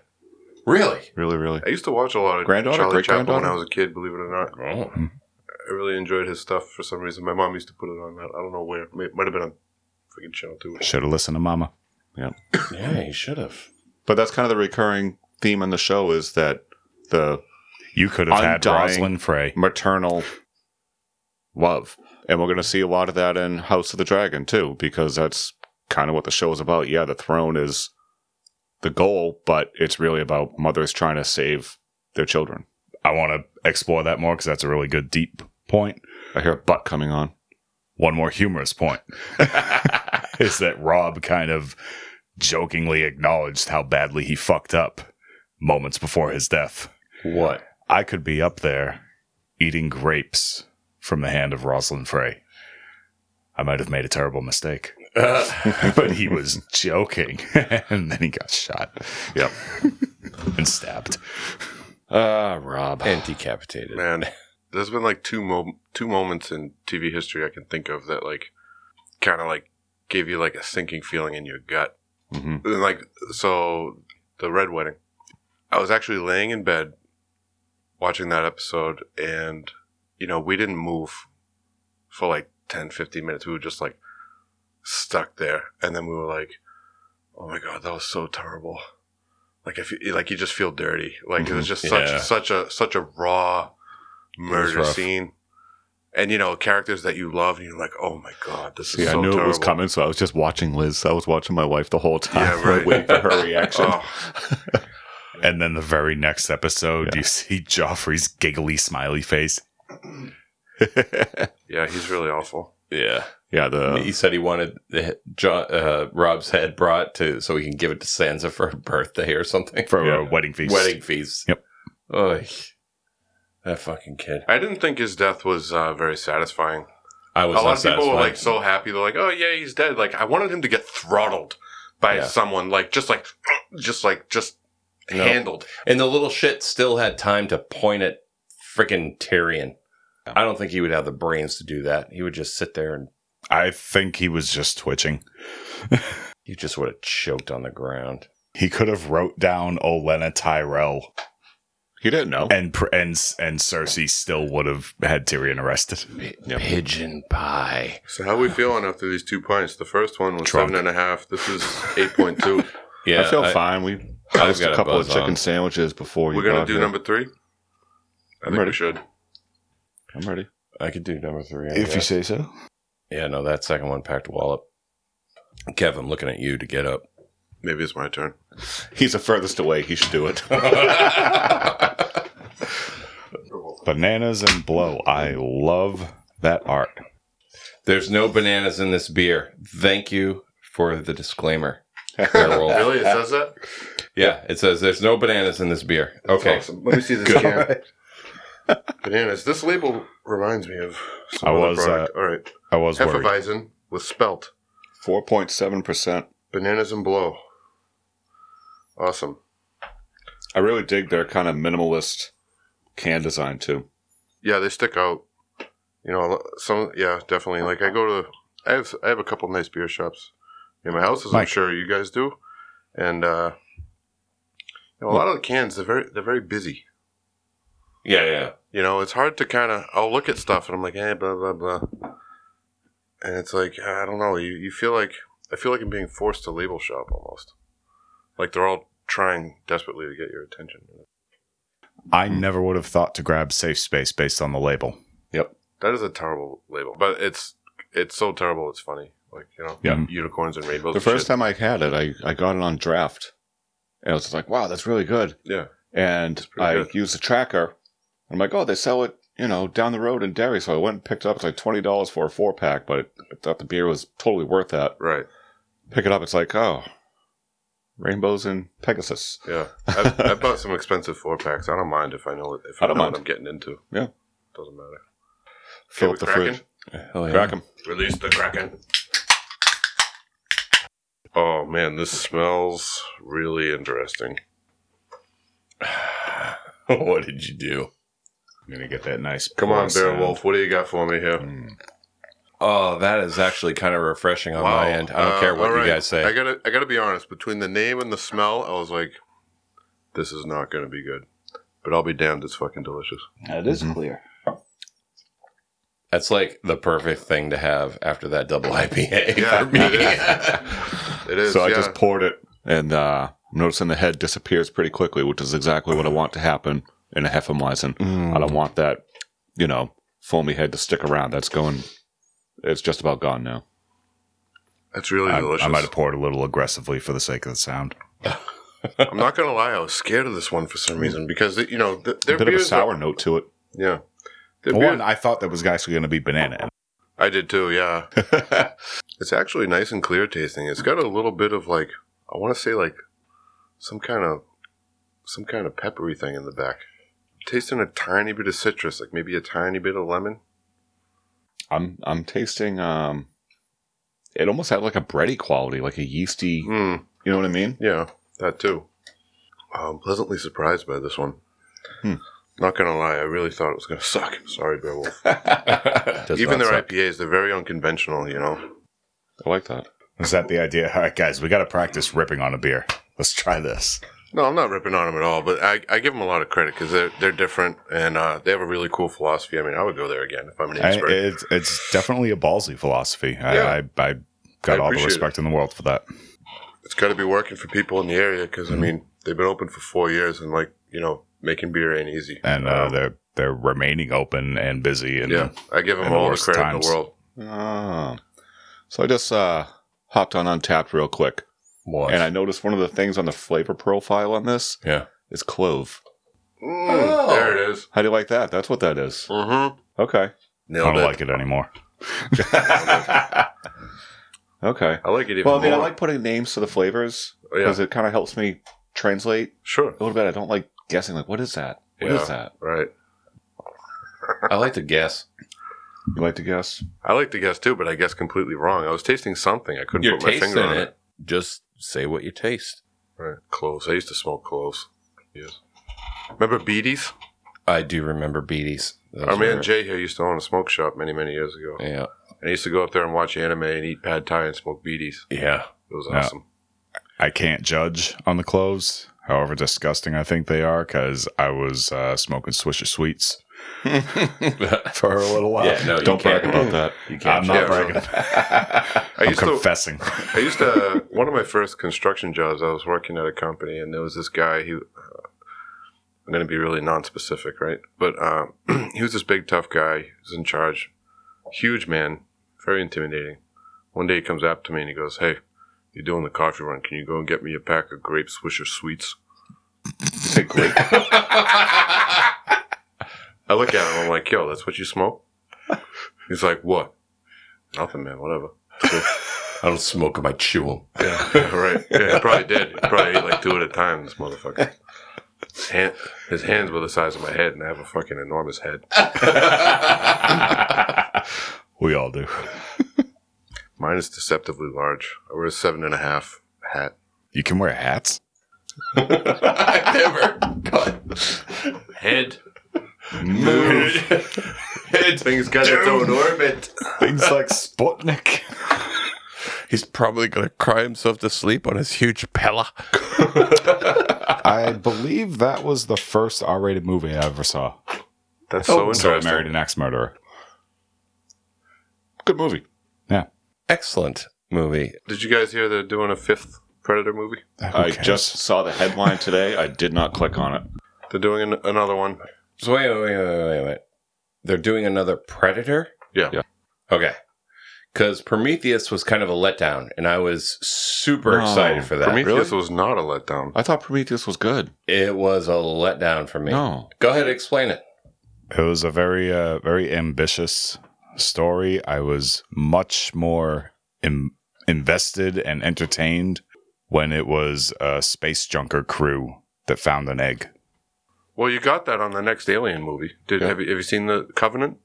Really?
Really, really.
I used to watch a lot of
Granddaughter,
Charlie Chaplin when
great-granddaughter?
I was a kid. Believe it or not,
Oh.
I really enjoyed his stuff for some reason. My mom used to put it on. I I don't know where. It might have been on freaking channel two.
Should have listened to Mama.
Yeah, you should have.
But that's kind of the recurring theme on the show is that the
You could have had
Undying.
Rosalind Frey.
maternal love. And we're going to see a lot of that in House of the Dragon, too, because that's kind of what the show is about. Yeah, the throne is the goal, but it's really about mothers trying to save their children.
I want to explore that more because that's a really good deep point.
I hear a butt coming on.
One more
*laughs*
humorous point is that Rob kind of jokingly acknowledged how badly he fucked up moments before his death.
What?
I could be up there eating grapes from the hand of Rosalind Frey. I might have made a terrible mistake,
Uh.
*laughs* but he was joking, *laughs* and then he got shot. Yep, *laughs* and stabbed.
Ah, Rob.
and decapitated.
Man, there's been like two mo- two moments in TV history I can think of that like kind of like gave you like a sinking feeling in your gut.
Mhm.
And, like so the red wedding i was actually laying in bed watching that episode and you know we didn't move for like 10 15 minutes we were just like stuck there and then we were like oh my god that was so terrible like if you like you just feel dirty like it was
Mm-hmm.
just
Yeah.
such such a such a raw murder
rough.
scene and you know characters that you love and you're like oh my god this is
Yeah,
so
I knew
terrible
it was coming, so I was just watching Liz. I was watching my wife the whole *laughs* time,
Yeah, right.
waiting
*laughs*
for her reaction.
Oh.
And then the very next episode,
Yeah.
you see Joffrey's giggly, smiley face.
yeah he's really awful
Yeah.
yeah, the
he said he wanted the, he- Jo uh, Rob's head brought to so he can give it to Sansa for her birthday or something.
for
Yeah.
a wedding feast.
Wedding feast.
Yep.
Oy. That fucking kid.
I didn't think his death was uh, very satisfying.
I was
a lot
not
of people were
satisfied.
like so happy. They're like, "Oh yeah, he's dead." Like I wanted him to get throttled by
Yeah.
someone, like just like, *clears throat* just like just
No.
handled.
And the little shit still had time to point at freaking Tyrion. I don't think he would have the brains to do that. He would just sit there and
I think he was just twitching.
you just would have choked on the ground.
He could have wrote down Olenna Tyrell,
he didn't know.
and pr- and s- and Cersei still would have had Tyrion arrested.
Pigeon pie.
So how we feeling after these two pints? The first one was
Drunk.
seven and a half. This is eight point two.
Yeah,
I feel
I-
fine. We
I've
had
got
a
a
couple of
buzz
chicken
on.
sandwiches before you
We're gonna
got
do
here.
number three. I think
ready.
we should.
I'm ready.
I could do number three. I guess.
say so.
yeah, no, that second one packed a wallop. Kev, I'm looking at you to
*laughs*
get up.
Maybe it's my turn.
He's the furthest away. He should do it.
Bananas and blow. I love that art.
There's no bananas in this beer. Thank you for the disclaimer.
*laughs*
Werewolf.
Really, it says that.
Yeah, it says there's no bananas in this beer.
That's
Okay.
awesome. Let me see this can. Bananas. This label reminds me of some
I
other
was,
product. All right,
I was worried.
Hefeweizen with spelt.
Four point seven percent.
Bananas and blow. Awesome.
I really dig their kind of minimalist can design too.
Yeah, they stick out. You know, some yeah, definitely. Like I go to, I have I have a couple nice beer shops in my house, as I'm
Mike.
sure you guys do, and uh, you know, a lot of the cans they're very they're very busy.
Yeah, yeah.
You know, it's hard to kind of I'll look at stuff and I'm like, eh, blah blah blah, and it's like I don't know. You you feel like I feel like I'm being forced to label shop almost. Like they're all trying desperately to get your attention.
I never would have thought to grab safe space based on the label.
That is a terrible label, but it's it's so terrible. It's funny, like you know,
Yeah.
unicorns and rainbows.
The first time I had it, I, I got it on draft, and I was just like, wow, that's really good.
yeah,
And
pretty
I
good.
used the tracker. I'm like, oh, they sell it, you know, down the road in Derry. So I went and picked it up. It's like twenty dollars for a four pack, but I thought the beer was totally worth that.
right,
Pick it up. It's like, oh, rainbows and Pegasus. *laughs*
yeah. I, I bought some expensive four packs. I don't mind if I know it, if I,
I don't
know
mind.
what I'm getting into.
Yeah.
doesn't matter.
Fill
we
up the
cracking?
fridge.
Hell yeah.
Crack 'em.
Release the kraken. Oh man, this smells really interesting.
what did you do?
I'm gonna get that nice.
Come on,
pour
Bear
sound.
Wolf. What do you got for me here?
Mm.
Oh, that is actually kind of refreshing on my end. I don't
Uh,
care what
all
you
right.
guys say.
I gotta, I gotta be honest. Between the name and the smell, I was like, "This is not gonna be good." But I'll be damned, it's fucking delicious.
That
Mm-hmm.
is clear.
That's like the perfect thing to have after
*laughs*
that double IPA
Yeah, *laughs*
for me. *laughs*
It is.
so I
yeah.
just poured it, and uh, I'm noticing the head disappears pretty quickly, which is exactly what I want to happen in a Hefeweizen.
mm.
I don't want that, you know, foamy head to stick around. That's going. It's just about gone now.
That's really
I,
delicious.
I
I
might have poured a little aggressively for the sake of the sound.
am not gonna lie. I was scared of this one for some reason because you know th- their
a bit of a
beers are-
sour note to it.
yeah. Their
For
beer,
one, I thought that was actually going to be banana. in it.
I did too.
*laughs*
Yeah. it's actually nice and clear tasting. It's got a little bit of like I want to say like some kind of some kind of peppery thing in the back. Tasting a tiny bit of citrus, like maybe a tiny bit of lemon.
I'm I'm tasting. um It almost had like a bready quality, like a yeasty.
Mm,
You know what I mean?
yeah, that too. Wow, I'm pleasantly surprised by this one.
Hmm.
Not gonna lie, I really thought it was gonna suck. Sorry, Beowulf.
Does
Even
not
their
suck.
IPAs, they're very unconventional, you know.
I like that.
Was that the idea? *laughs* All right, guys, we got to practice ripping on a beer. Let's try this.
No, I'm not ripping on them at all, but I, I give them a lot of credit because they're they're different and uh, they have a really cool philosophy. I mean, I would go there again if I'm an
I,
expert.
it's, it's definitely a ballsy philosophy. I,
Yeah.
I, I
I
got all the
appreciate
respect in the world for that.
it's got to be working for people in the area because
Mm-hmm.
I mean they've been open for four years and like you know making beer ain't easy.
And uh,
Um,
they're they're remaining open and busy. And
yeah, I give them
in the
all the
worst
credit in
times.
the world.
Ah. So I just uh, hopped on Untapped real quick,
What?
and I noticed one of the things on the flavor profile on this
Yeah.
is clove.
Mm,
Oh.
There it is.
How do you like that? That's what that is.
Mm-hmm.
Okay.
I
Nailed
don't
it.
like it anymore.
Okay.
I like it even
Well, I mean, I
more.
like putting names to the flavors
Oh, yeah,
because it kind of helps me translate
sure.
a little bit. I don't like guessing. Like, what is that? What is
Yeah.
that?
Right.
I like to guess.
You like to guess?
I like to guess too, but I guess completely wrong. I was tasting something. I couldn't
You're
put my
tasting
finger on
it.
it.
Just say what you taste.
Right. Cloves. I used to smoke cloves. Yes. Remember Beatties?
I do remember Beatties. Those
Our man
were-
Jay here used to own a smoke shop many, many years ago.
Yeah.
And I used to go up there and watch anime and eat pad thai and smoke beaties.
*laughs* Yeah.
It was
Yeah.
awesome.
I can't judge on the cloves, however disgusting I think they are, because I was uh, smoking Swisher Sweets for a little while.
yeah. No,
Don't
*laughs*
brag about that.
You can't.
I'm not
Yeah.
bragging.
I
I'm
used to
confessing.
I used to uh, one of my first construction jobs. I was working at a company, and there was this guy. He, I'm going to be really non-specific, right? But um, *clears throat* he was this big, tough guy. He was in charge, huge man, very intimidating. One day he comes up to me and he goes, "Hey, you're doing the coffee run. Can you go and get me a pack of grape Swisher sweets?"
Say grape.
I look at him. I'm like, "Yo, that's what you smoke?" He's like, "What? Nothing, man. Whatever."
I don't smoke 'em, I chew them.
Yeah, *laughs* right. Yeah, he probably did. He probably ate like two at a time, this motherfucker. His, hand, his hands were the size of my head, and I have a fucking enormous head.
we all do.
Mine is deceptively large. I wear a seven and a half hat.
You can wear hats.
I've never.
Head.
Move.
Thing's got its own orbit.
Things like Sputnik.
He's probably going to cry himself to sleep on his huge Pella.
I believe that was the first R-rated movie I ever saw.
That's so
So I
interesting.
married an ex-murderer.
*laughs* Good movie.
Excellent movie.
Did you guys hear they're doing a fifth Predator movie?
I just saw the headline today. I did not click on it.
They're doing an, another one.
So wait, wait, wait, wait, wait, wait. They're doing another Predator.
Yeah.
Yeah.
Okay. Because Prometheus was kind of a letdown, and I was super
No.
excited for that.
Prometheus was not a letdown.
I thought Prometheus was good.
It was a letdown for me.
No.
Go ahead, explain it.
It was a very, uh, very ambitious story. I was much more Im- invested and entertained when it was a space junker crew that found an egg.
Well, you got that on the next Alien movie. Did have you have you seen the Covenant?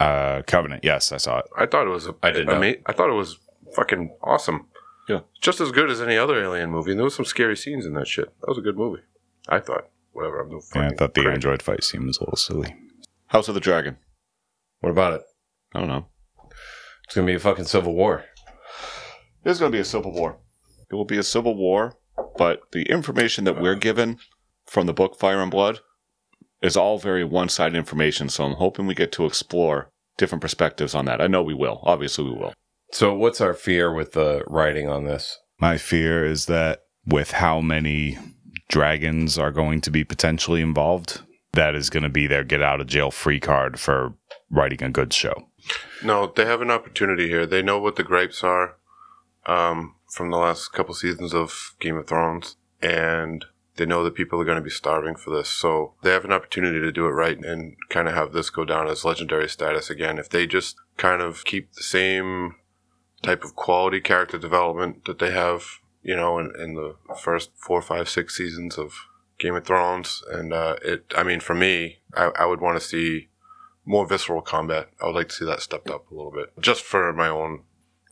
Uh, Covenant. Yes, I saw it.
I thought it was. A,
I did not.
ama- I thought it was fucking awesome.
Yeah.
just as good as any other Alien movie. And there was some scary scenes in that shit. That was a good movie. I thought. whatever. I'm no
Yeah, I
fucking
thought the
critic.
android fight seems a little silly.
House of the Dragon.
What about it?
I don't know.
It's gonna be a fucking civil war.
There's going to be a civil war. It will be a civil war, but the information that we're given from the book Fire and Blood is all very one sided information. So I'm hoping we get to explore different perspectives on that. I know we will. Obviously, we will.
So what's our fear with the writing on this?
My fear is that with how many dragons are going to be potentially involved, that is going to be their get out of jail free card for writing a good show.
No, they have an opportunity here. They know what the gripes are um, from the last couple seasons of Game of Thrones, and they know that people are going to be starving for this. So they have an opportunity to do it right and kind of have this go down as legendary status again. If they just kind of keep the same type of quality character development that they have, you know, in, in the first four, five, six seasons of Game of Thrones, and uh, it, I mean, for me, I, I would want to see more visceral combat. I would like to see that stepped up a little bit, just for my own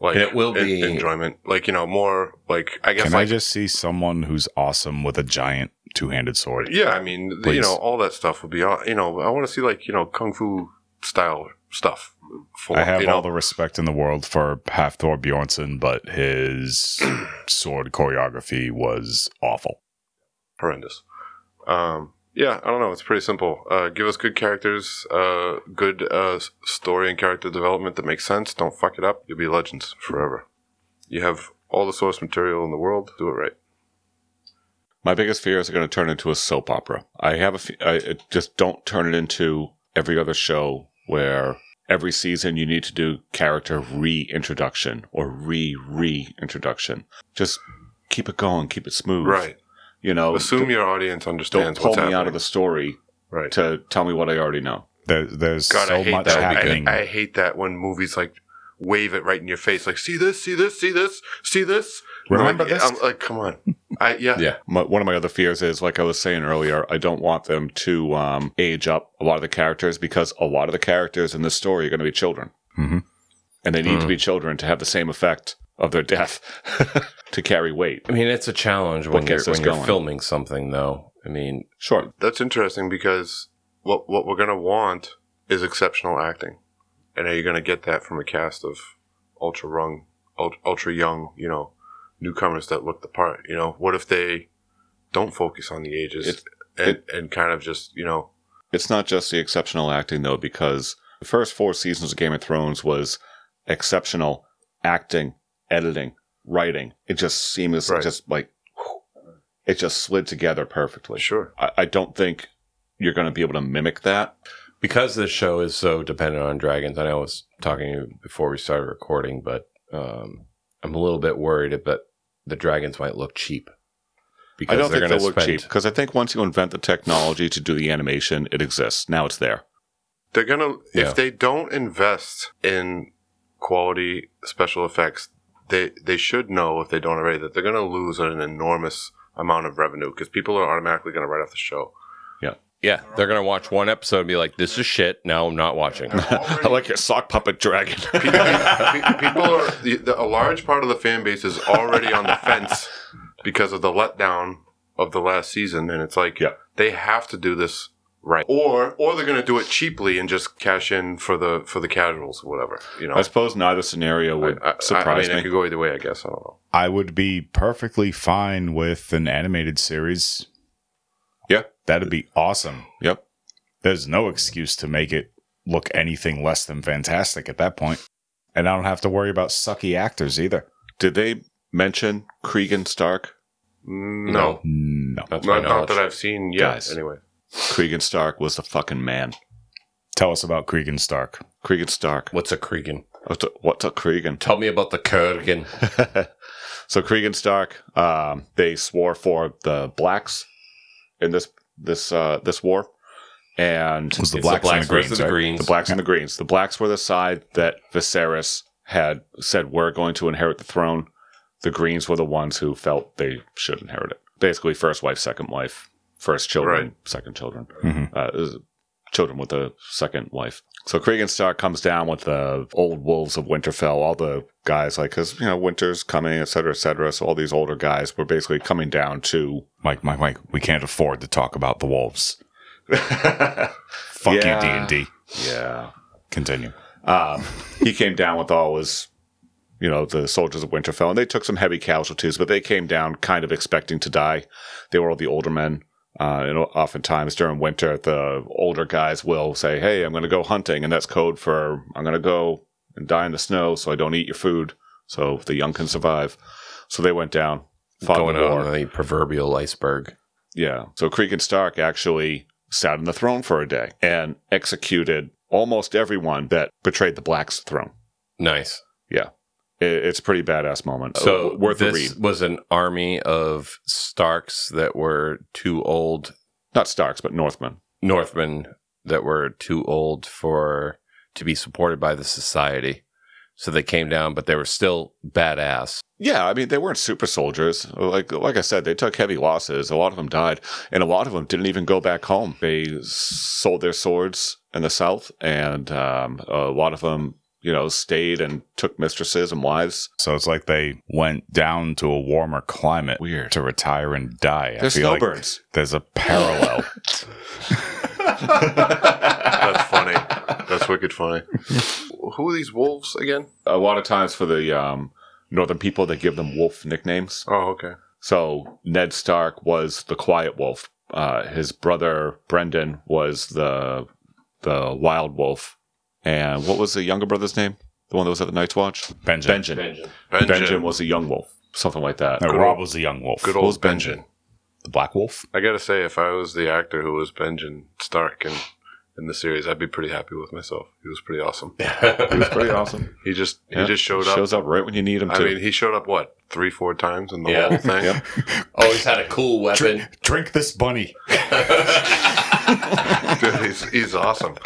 like
It will
en-
be-
enjoyment. Like you know, more like I guess
Can I
like
just see someone who's awesome with a giant two handed sword?
yeah. I mean, th- you
Please.
know, all that stuff would be all. You know, I want to see like you know kung fu style stuff. For,
I have
you
all
know.
the respect in the world for Half Thor Bjornsson, but
*clears throat*
his sword choreography was awful.
horrendous. Um, yeah, I don't know. It's pretty simple. Uh, give us good characters, uh, good uh, s- story and character development that makes sense. Don't fuck it up. You'll be legends forever. You have all the source material in the world. Do it right.
My biggest fear is going to turn into a soap opera. I have a fe- I it- just don't turn it into every other show where every season you need to do character reintroduction or re reintroduction. Just keep it going, keep it smooth.
Right.
You
Oh,
know,
Assume your audience
don't
understands
pull
what's
me
happening.
out of the story
right.
to tell me what I already know.
There, there's
God, I
so
hate
much
that. I-
happening.
I, hate that when movies like wave it right in your face, like see this, see this, see this, see this. And I'm
Remember
like,
this?
I'm like, come on. I
*laughs*
yeah.
Yeah.
my, one of my other fears is like i was saying earlier i don't want them to um, age up a lot of the characters because a lot of the characters in this story are going to be children
Mm-hmm.
Mhm.
and they need
Mm.
to be children to have the same effect of their death *laughs* to carry weight
I mean, it's a challenge when
What
you're
gets us
when you're
going?
filming something, though. I mean,
sure
That's interesting because what what we're gonna want is exceptional acting, and are you gonna get that from a cast of ultra young, ultra young, you know, newcomers that look the part? You know, what if they don't focus on the ages
It's-
and and kind of just you know
it's not just the exceptional acting though because the first four seasons of game of thrones was exceptional acting editing writing it just seems
Right.
just like it just slid together perfectly
sure
I, I don't think you're going to be able to mimic that
because this show is so dependent on dragons, and I was talking to you before we started recording, but um, I'm a little bit worried that the dragons might look cheap.
I don't
they're
think they'll
gonna
look
spend-
cheap because I think once you invent the technology to do the animation, it exists. Now it's there.
They're gonna
Yeah.
if they don't invest in quality special effects, they they should know if they don't already that they're gonna lose an enormous amount of revenue because people are automatically gonna write off the show. *laughs*
Yeah, they're gonna watch one episode and be like, "This is shit." *laughs* No, I'm not watching.
I like your sock puppet dragon. *laughs*
People, pe- people are the, the, a large part of the fan base is already on the fence because of the letdown of the last season, and it's like
Yeah.
they have to do this right, or or they're gonna do it cheaply and just cash in for the for the casuals or whatever. You know,
I suppose neither scenario would
I- I-
surprise
I mean, it
me.
could go either way. I guess I don't know.
I would be perfectly fine with an animated series.
Yeah.
That'd be awesome.
Yep.
There's no excuse to make it look anything less than fantastic at that point. And I don't have to worry about sucky actors either.
Did they mention Cregan Stark?
No,
No.
That's my
not, not
knowledge.
that I've seen yet.
Guys.
Anyway,
Cregan Stark was the fucking man.
Tell us about Cregan Stark.
Cregan Stark.
What's a Cregan?
What's a, what's a Cregan? *laughs*
Tell me about the Kurgan.
so Cregan Stark, um, they swore for the blacks in this this uh, this war, and
Was the
It's the
blacks,
blacks
and the greens?
versus the
right?
greens.
The blacks and the greens. The blacks were the side that Viserys had said were going to inherit the throne. The greens were the ones who felt they should inherit it. Basically, first wife, second wife, first children,
Right.
second children.
Mhm.
Uh, it was children with a second wife. So Cregan Stark comes down with the old wolves of Winterfell, all the guys, like, because, you know, winter's coming, et cetera, et cetera. So all these older guys were basically coming down to.
Mike, Mike, Mike, we can't afford to talk about the wolves. Fuck
Yeah.
you, D and D.
yeah.
Continue.
Um, he came down with all his, you know, the soldiers of Winterfell, and they took some heavy casualties, but they came down kind of expecting to die. They were all the older men. Uh, and oftentimes during winter, the older guys will say, Hey, I'm going to go hunting. And that's code for I'm going to go and die in the snow so I don't eat your food so the young can survive. So they went down, fought
Going
the war.
on the proverbial iceberg.
Yeah. So Cregan Stark actually sat on the throne for a day and executed almost everyone that betrayed the Black's throne.
Nice.
It, it's a pretty badass moment.
So
Uh, worth
this
a read.
was an army of Starks that were too old
Not Starks, but Northmen.
Northmen that were too old for to be supported by the society. So they came down, but they were still badass.
Yeah, I mean they weren't super soldiers. Like like I said, they took heavy losses. A lot of them died, and a lot of them didn't even go back home. They s- sold their swords in the south, and um, a lot of them, you know, stayed and took mistresses and wives.
So it's like they went down to a warmer climate Weird. to retire and die.
They're
like
snowbirds.
there's
*laughs*
a parallel.
That's funny. That's wicked funny. Who are these wolves again?
a lot of times for the um, northern people, they give them wolf nicknames.
Oh, okay.
So Ned Stark was the quiet wolf. Uh, his brother Brendan was the the wild wolf, and what was the younger brother's name? The one that was at the Night's Watch.
Benjamin.
Benjen. Benjen,
Benjen.
was a young wolf, something like that.
No, Uh, Rob was the young wolf.
Good
What was
old
Benjen?
Benjen.
the black wolf.
I gotta say, if I was the actor who was Benjen Stark in, in the series, I'd be pretty happy with myself. He was pretty awesome.
He was pretty awesome.
He just he
Yeah.
just showed up.
Shows up right when you need him to.
I mean, he showed up what three, four times in the
Yeah.
whole thing.
Yep.
Always had a cool weapon.
Drink this bunny.
Dude, he's he's awesome.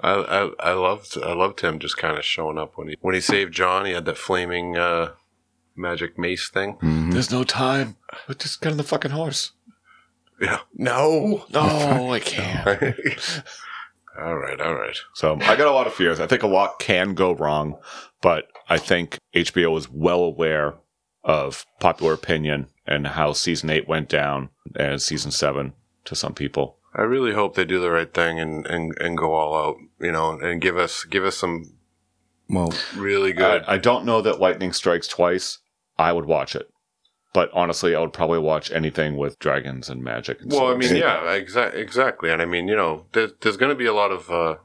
I, I I loved I loved him just kind of showing up when he when he saved John. He had that flaming uh, magic mace thing.
There's no time. But just get on the fucking horse.
Yeah.
No, no, I can't.
*laughs* All right, all right.
So I got a lot of fears. I think a lot can go wrong, but I think HBO is well aware of popular opinion and how season eight went down and season seven to some people.
I really hope they do the right thing and, and, and go all out, you know, and give us give us some
Well,
really good.
I, I don't know that lightning strikes twice. I would watch it, but honestly, I would probably watch anything with dragons and magic. And
well, I
swords. *laughs*
mean, yeah, exa- exactly. And I mean, you know, there, there's going to be a lot of uh,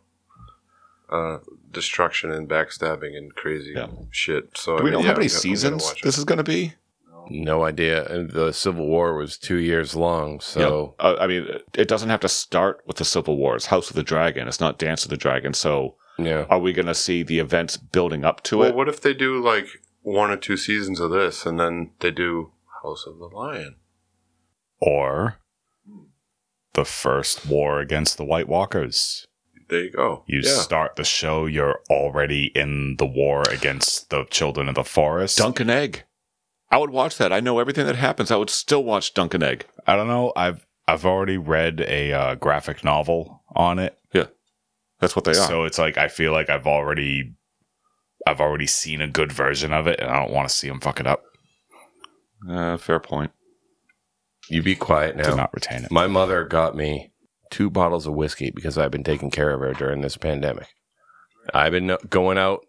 uh, destruction and backstabbing and crazy
Yeah.
shit. So I
Do we
mean,
know
yeah,
how many
I'm gonna- I'm gonna
seasons
watch it.
this is going to be?
No idea. And The Civil War was two years long, so
Yep. Uh, I mean, it doesn't have to start with the Civil War. It's House of the Dragon. It's not Dance of the Dragon. So
yeah.
Are we going to see the events building up to
Well,
it?
what if they do like one or two seasons of this, and then they do House of the Lion?
or the first war against the White Walkers.
There you go.
You
yeah.
start the show, you're already in the war against the children of the forest.
Dunkin' Egg. I would watch that. I know everything that happens. I would still watch Dunkin' Egg.
I don't know. I've I've already read a uh, graphic novel on it,
That's what they are.
so it's like I feel like I've already I've already seen a good version of it, and I don't want to see them fuck it up.
Uh, fair point.
You be quiet
To
now.
not retain it.
My mother got me two bottles of whiskey because I've been taking care of her during this pandemic. I've been uh, going out,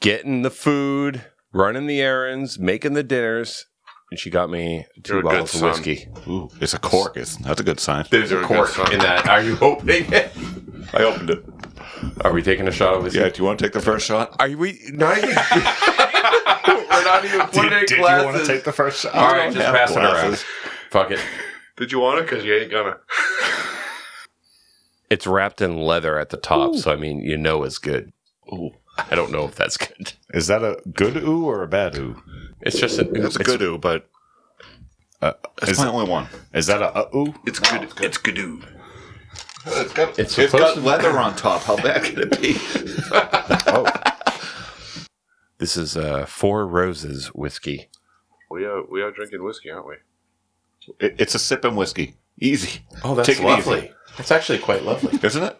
getting the food, running the errands, making the dinners, and she got me 2
You're a good
bottles of
son.
whiskey.
Ooh, it's a cork. It's, that's a good sign.
There's
You're a good son.
that. Are you opening it?
I opened it.
Are we taking a shot of whiskey?
Yeah, do you want to take the first shot?
Are we not even? *laughs* We're not even putting in glasses.
wanna the first shot?
All right, just pass it around.
Glasses.
Fuck it.
Did you want it? Because you ain't gonna.
It's wrapped in leather at the top, so I mean, you know it's good. I don't know if that's good.
Is that a good ooh or a bad ooh?
It's just an.
That's a good ooh, but
Uh,
it's
is,
my only one.
is that a uh, ooh?
It's good. It's gadoo.
It's got,
It's it's supposed got to-
leather on top. How bad could it be?
This is uh, Four Roses whiskey.
We are we are drinking whiskey, aren't we?
it's a sip and whiskey. Easy.
Oh,
that's Take it lovely. easy.
It's actually quite lovely.
isn't it?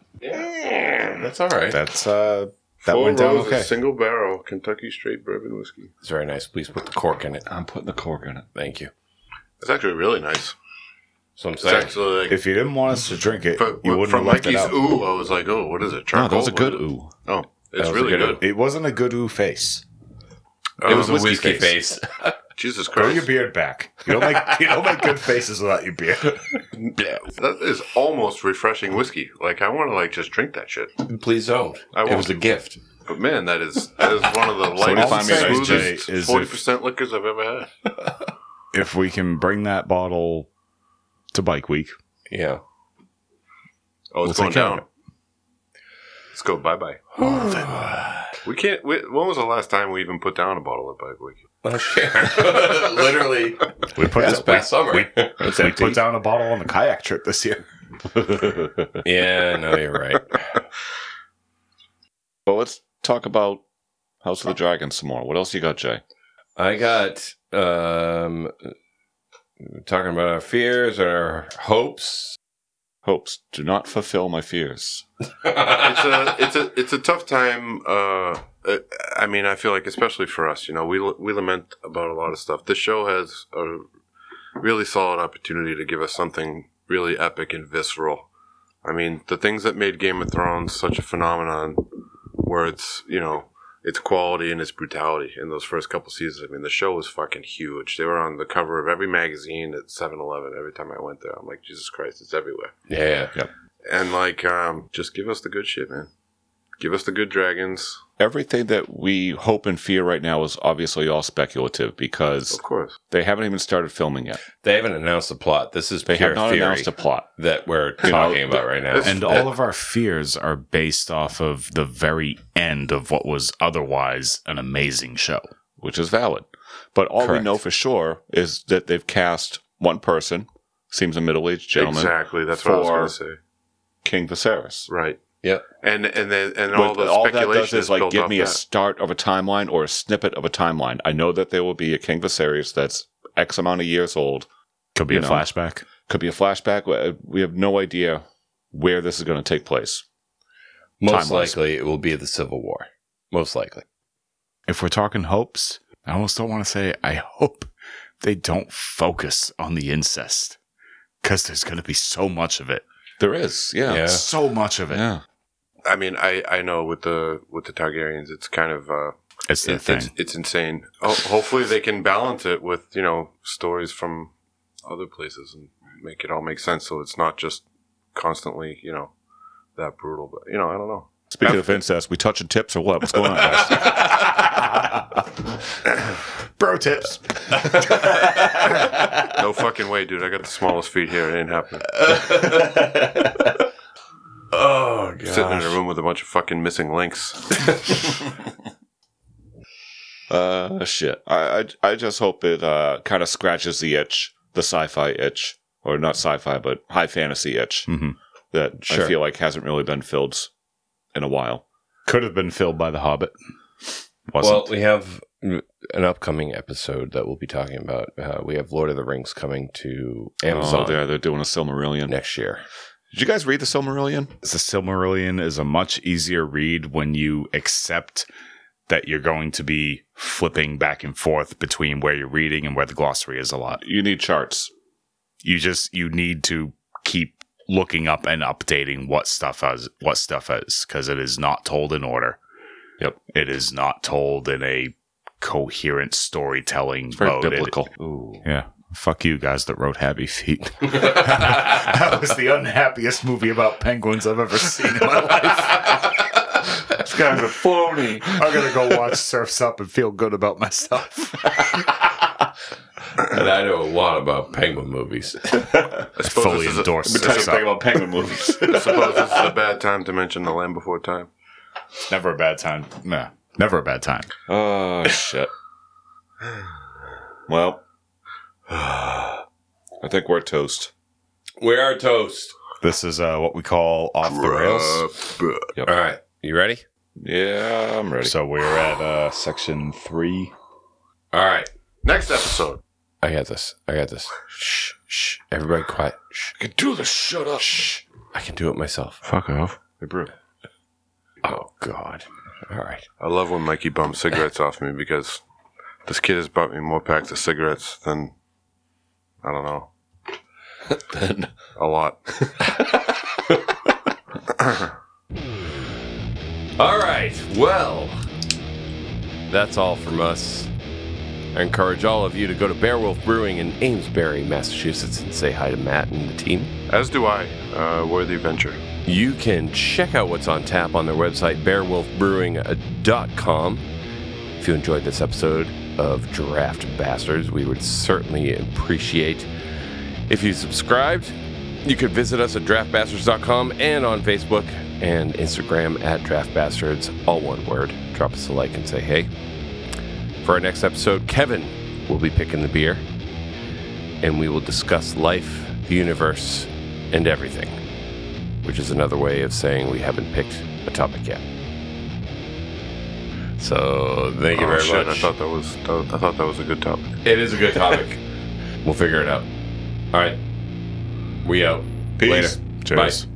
That's all right.
That's uh, that
Four
went down
Roses,
okay.
Single barrel Kentucky straight bourbon whiskey.
It's very nice. Please put the cork in it.
I'm putting the cork in it.
Thank you.
It's actually really nice.
So I'm
It's
saying
actually like
If you didn't want us to drink it,
but-
you wouldn't
from
have left
Mikey's
it out.
ooh. I was like, oh, what is it?
No,
Charcoal?
that was a good
What is it?
ooh.
Oh, it's
was a
really
good
good.
It wasn't a good ooh face.
it was a
Um,
whiskey, face.
*laughs* Jesus
Grow your
Christ,
beard back. You don't make you
*laughs*
don't make good faces without your beard.
that is almost refreshing whiskey. Like I want to like just drink that shit.
Please don't.
I
It was
won't.
a gift.
But man, that is that is one of the
Somebody
lightest,
find me an
ice J is if-
smoothest, forty percent liquors I've ever had.
If we can bring that bottle to Bike Week,
Yeah.
Oh, it's going
We'll take care
down.
of
Let's go. Bye bye. we can't. We, when was the last time we even put down a bottle at Bike Week?
Last year. *laughs* Literally
we put
this past summer.
we put down a bottle on the kayak trip
*laughs*
this year.
yeah, no, you're right.
But let's talk about House of the Dragon some more. What else you got, Jay?
*laughs* I got um talking about our fears and our hopes.
Hopes do not fulfill my fears.
It's a it's a it's a tough time. Uh, uh, I mean, I feel like especially for us, you know, we l- we lament about a lot of stuff. This show has a really solid opportunity to give us something really epic and visceral. I mean, the things that made Game of Thrones such a phenomenon, where it's you know its quality and its brutality in those first couple seasons. I mean, the show was fucking huge. They were on the cover of every magazine at 7-Eleven every time I went there. I'm like, Jesus Christ, it's everywhere
Yeah.
and like um, just give us the good shit, man. Give us the good dragons,
Everything that we hope and fear right now is obviously all speculative because
of course.
they haven't even started filming yet.
They haven't announced the plot. This is
They
pure
have not
theory
announced a plot.
that we're
You know,
talking about right now.
And all of our fears are based off of the very end of what was otherwise an amazing show.
which is valid. But all
Correct.
we know for sure is that they've cast one person, seems a middle aged gentleman,
exactly. That's what I was
for-
going to say.
King Viserys.
Right.
Yep.
And and then and all
But
the
all that
speculation
does is like
built
give
off
me a
that.
start of a timeline or a snippet of a timeline. I know that there will be a King Viserys that's X amount of years old.
Could be
You
a
know.
flashback.
Could be a flashback. Uh, We have no idea where this is going to take place.
Most
time-wise.
likely it will be the Civil War. Most likely.
If we're talking hopes, I almost don't want to say I hope they don't focus on the incest because there's going to be so much of it.
There is, yeah.
Yeah.
So much of it.
Yeah.
I mean, I I know with the with the Targaryens, it's kind of uh,
It's the
it-
thing.
it's it's insane. Ho- hopefully, they can balance it with you know stories from other places and make it all make sense. So it's not just constantly you know that brutal. But you know, I don't know.
Speaking of incest, we touching tips or what? What's going on, guys?
Bro tips.
No fucking way, dude! I got the smallest feet here. It ain't happening.
*laughs* Oh
Sitting in a room with a bunch of fucking missing links.
Uh, shit. I, I, I just hope it uh, kind of scratches the itch, the sci-fi itch, or not sci-fi, but high fantasy itch
Mhm.
that
Sure.
I feel like hasn't really been filled in a while.
Could have been filled by The Hobbit. Wasn't.
Well, we have mm, an upcoming episode that we'll be talking about. Uh, we have Lord of the Rings coming to
Oh,
Amazon
they're, they're doing a Silmarillion.
next year.
Did you guys read the Silmarillion?
the Silmarillion is a much easier read when you accept that you're going to be flipping back and forth between where you're reading and where the glossary is a lot.
You need charts.
You just you need to keep looking up and updating what stuff is what stuff is because it is not told in order.
Yep.
It is not told in a coherent storytelling
It's very
mode. It-
biblical. Ooh.
yeah. Fuck you guys that wrote Happy Feet. *laughs* that was the unhappiest movie about penguins I've ever seen in my *laughs* life. These guys are phony. *laughs* I'm gonna go watch Surfs Up and feel good about myself.
And I know a lot about penguin movies.
*laughs* I suppose
Fully
this is a-
endorse Surfs Up.
about penguin movies.
I suppose this is a bad time to mention The Land Before Time.
Never a bad time. Nah, never a bad time.
Uh,
oh, shit. *sighs* Well, I think we're toast.
we are toast.
This is uh, what we call off the rails.
All right. You ready?
Yeah, I'm ready.
So we're at uh, section three.
All right.
Next episode.
I got this. I got this. Shh. Shh. Everybody quiet. Shh.
I can do this. Shut up. Shh.
I can do it myself.
Fuck off. Hey, Brew.
Oh God! All right.
I love when Mikey bumps cigarettes off me because this kid has bought me more packs of cigarettes than I don't
*laughs*
know
Then
a lot.
All right. Well, that's all from us. I encourage all of you to go to Beowulf Brewing in Amesbury, Massachusetts, and say hi to Matt and the team.
As do I. Uh, worthy venture.
You can check out what's on tap on their website, bearwolfbrewing.com. If you enjoyed this episode of Draft Bastards, we would certainly appreciate if you subscribed. You could visit us at draftbastards.com and on Facebook and Instagram at draftbastards, all one word. Drop us a like and say hey. For our next episode, Kevin will be picking the beer, and we will discuss life, the universe, and everything which is another way of saying we haven't picked a topic yet. So thank you
Oh,
very
shit,
much.
I thought that was I thought that was a good topic.
it is a good topic. *laughs* we'll figure it out. All right, we out.
Peace.
Later.
Cheers.
Bye.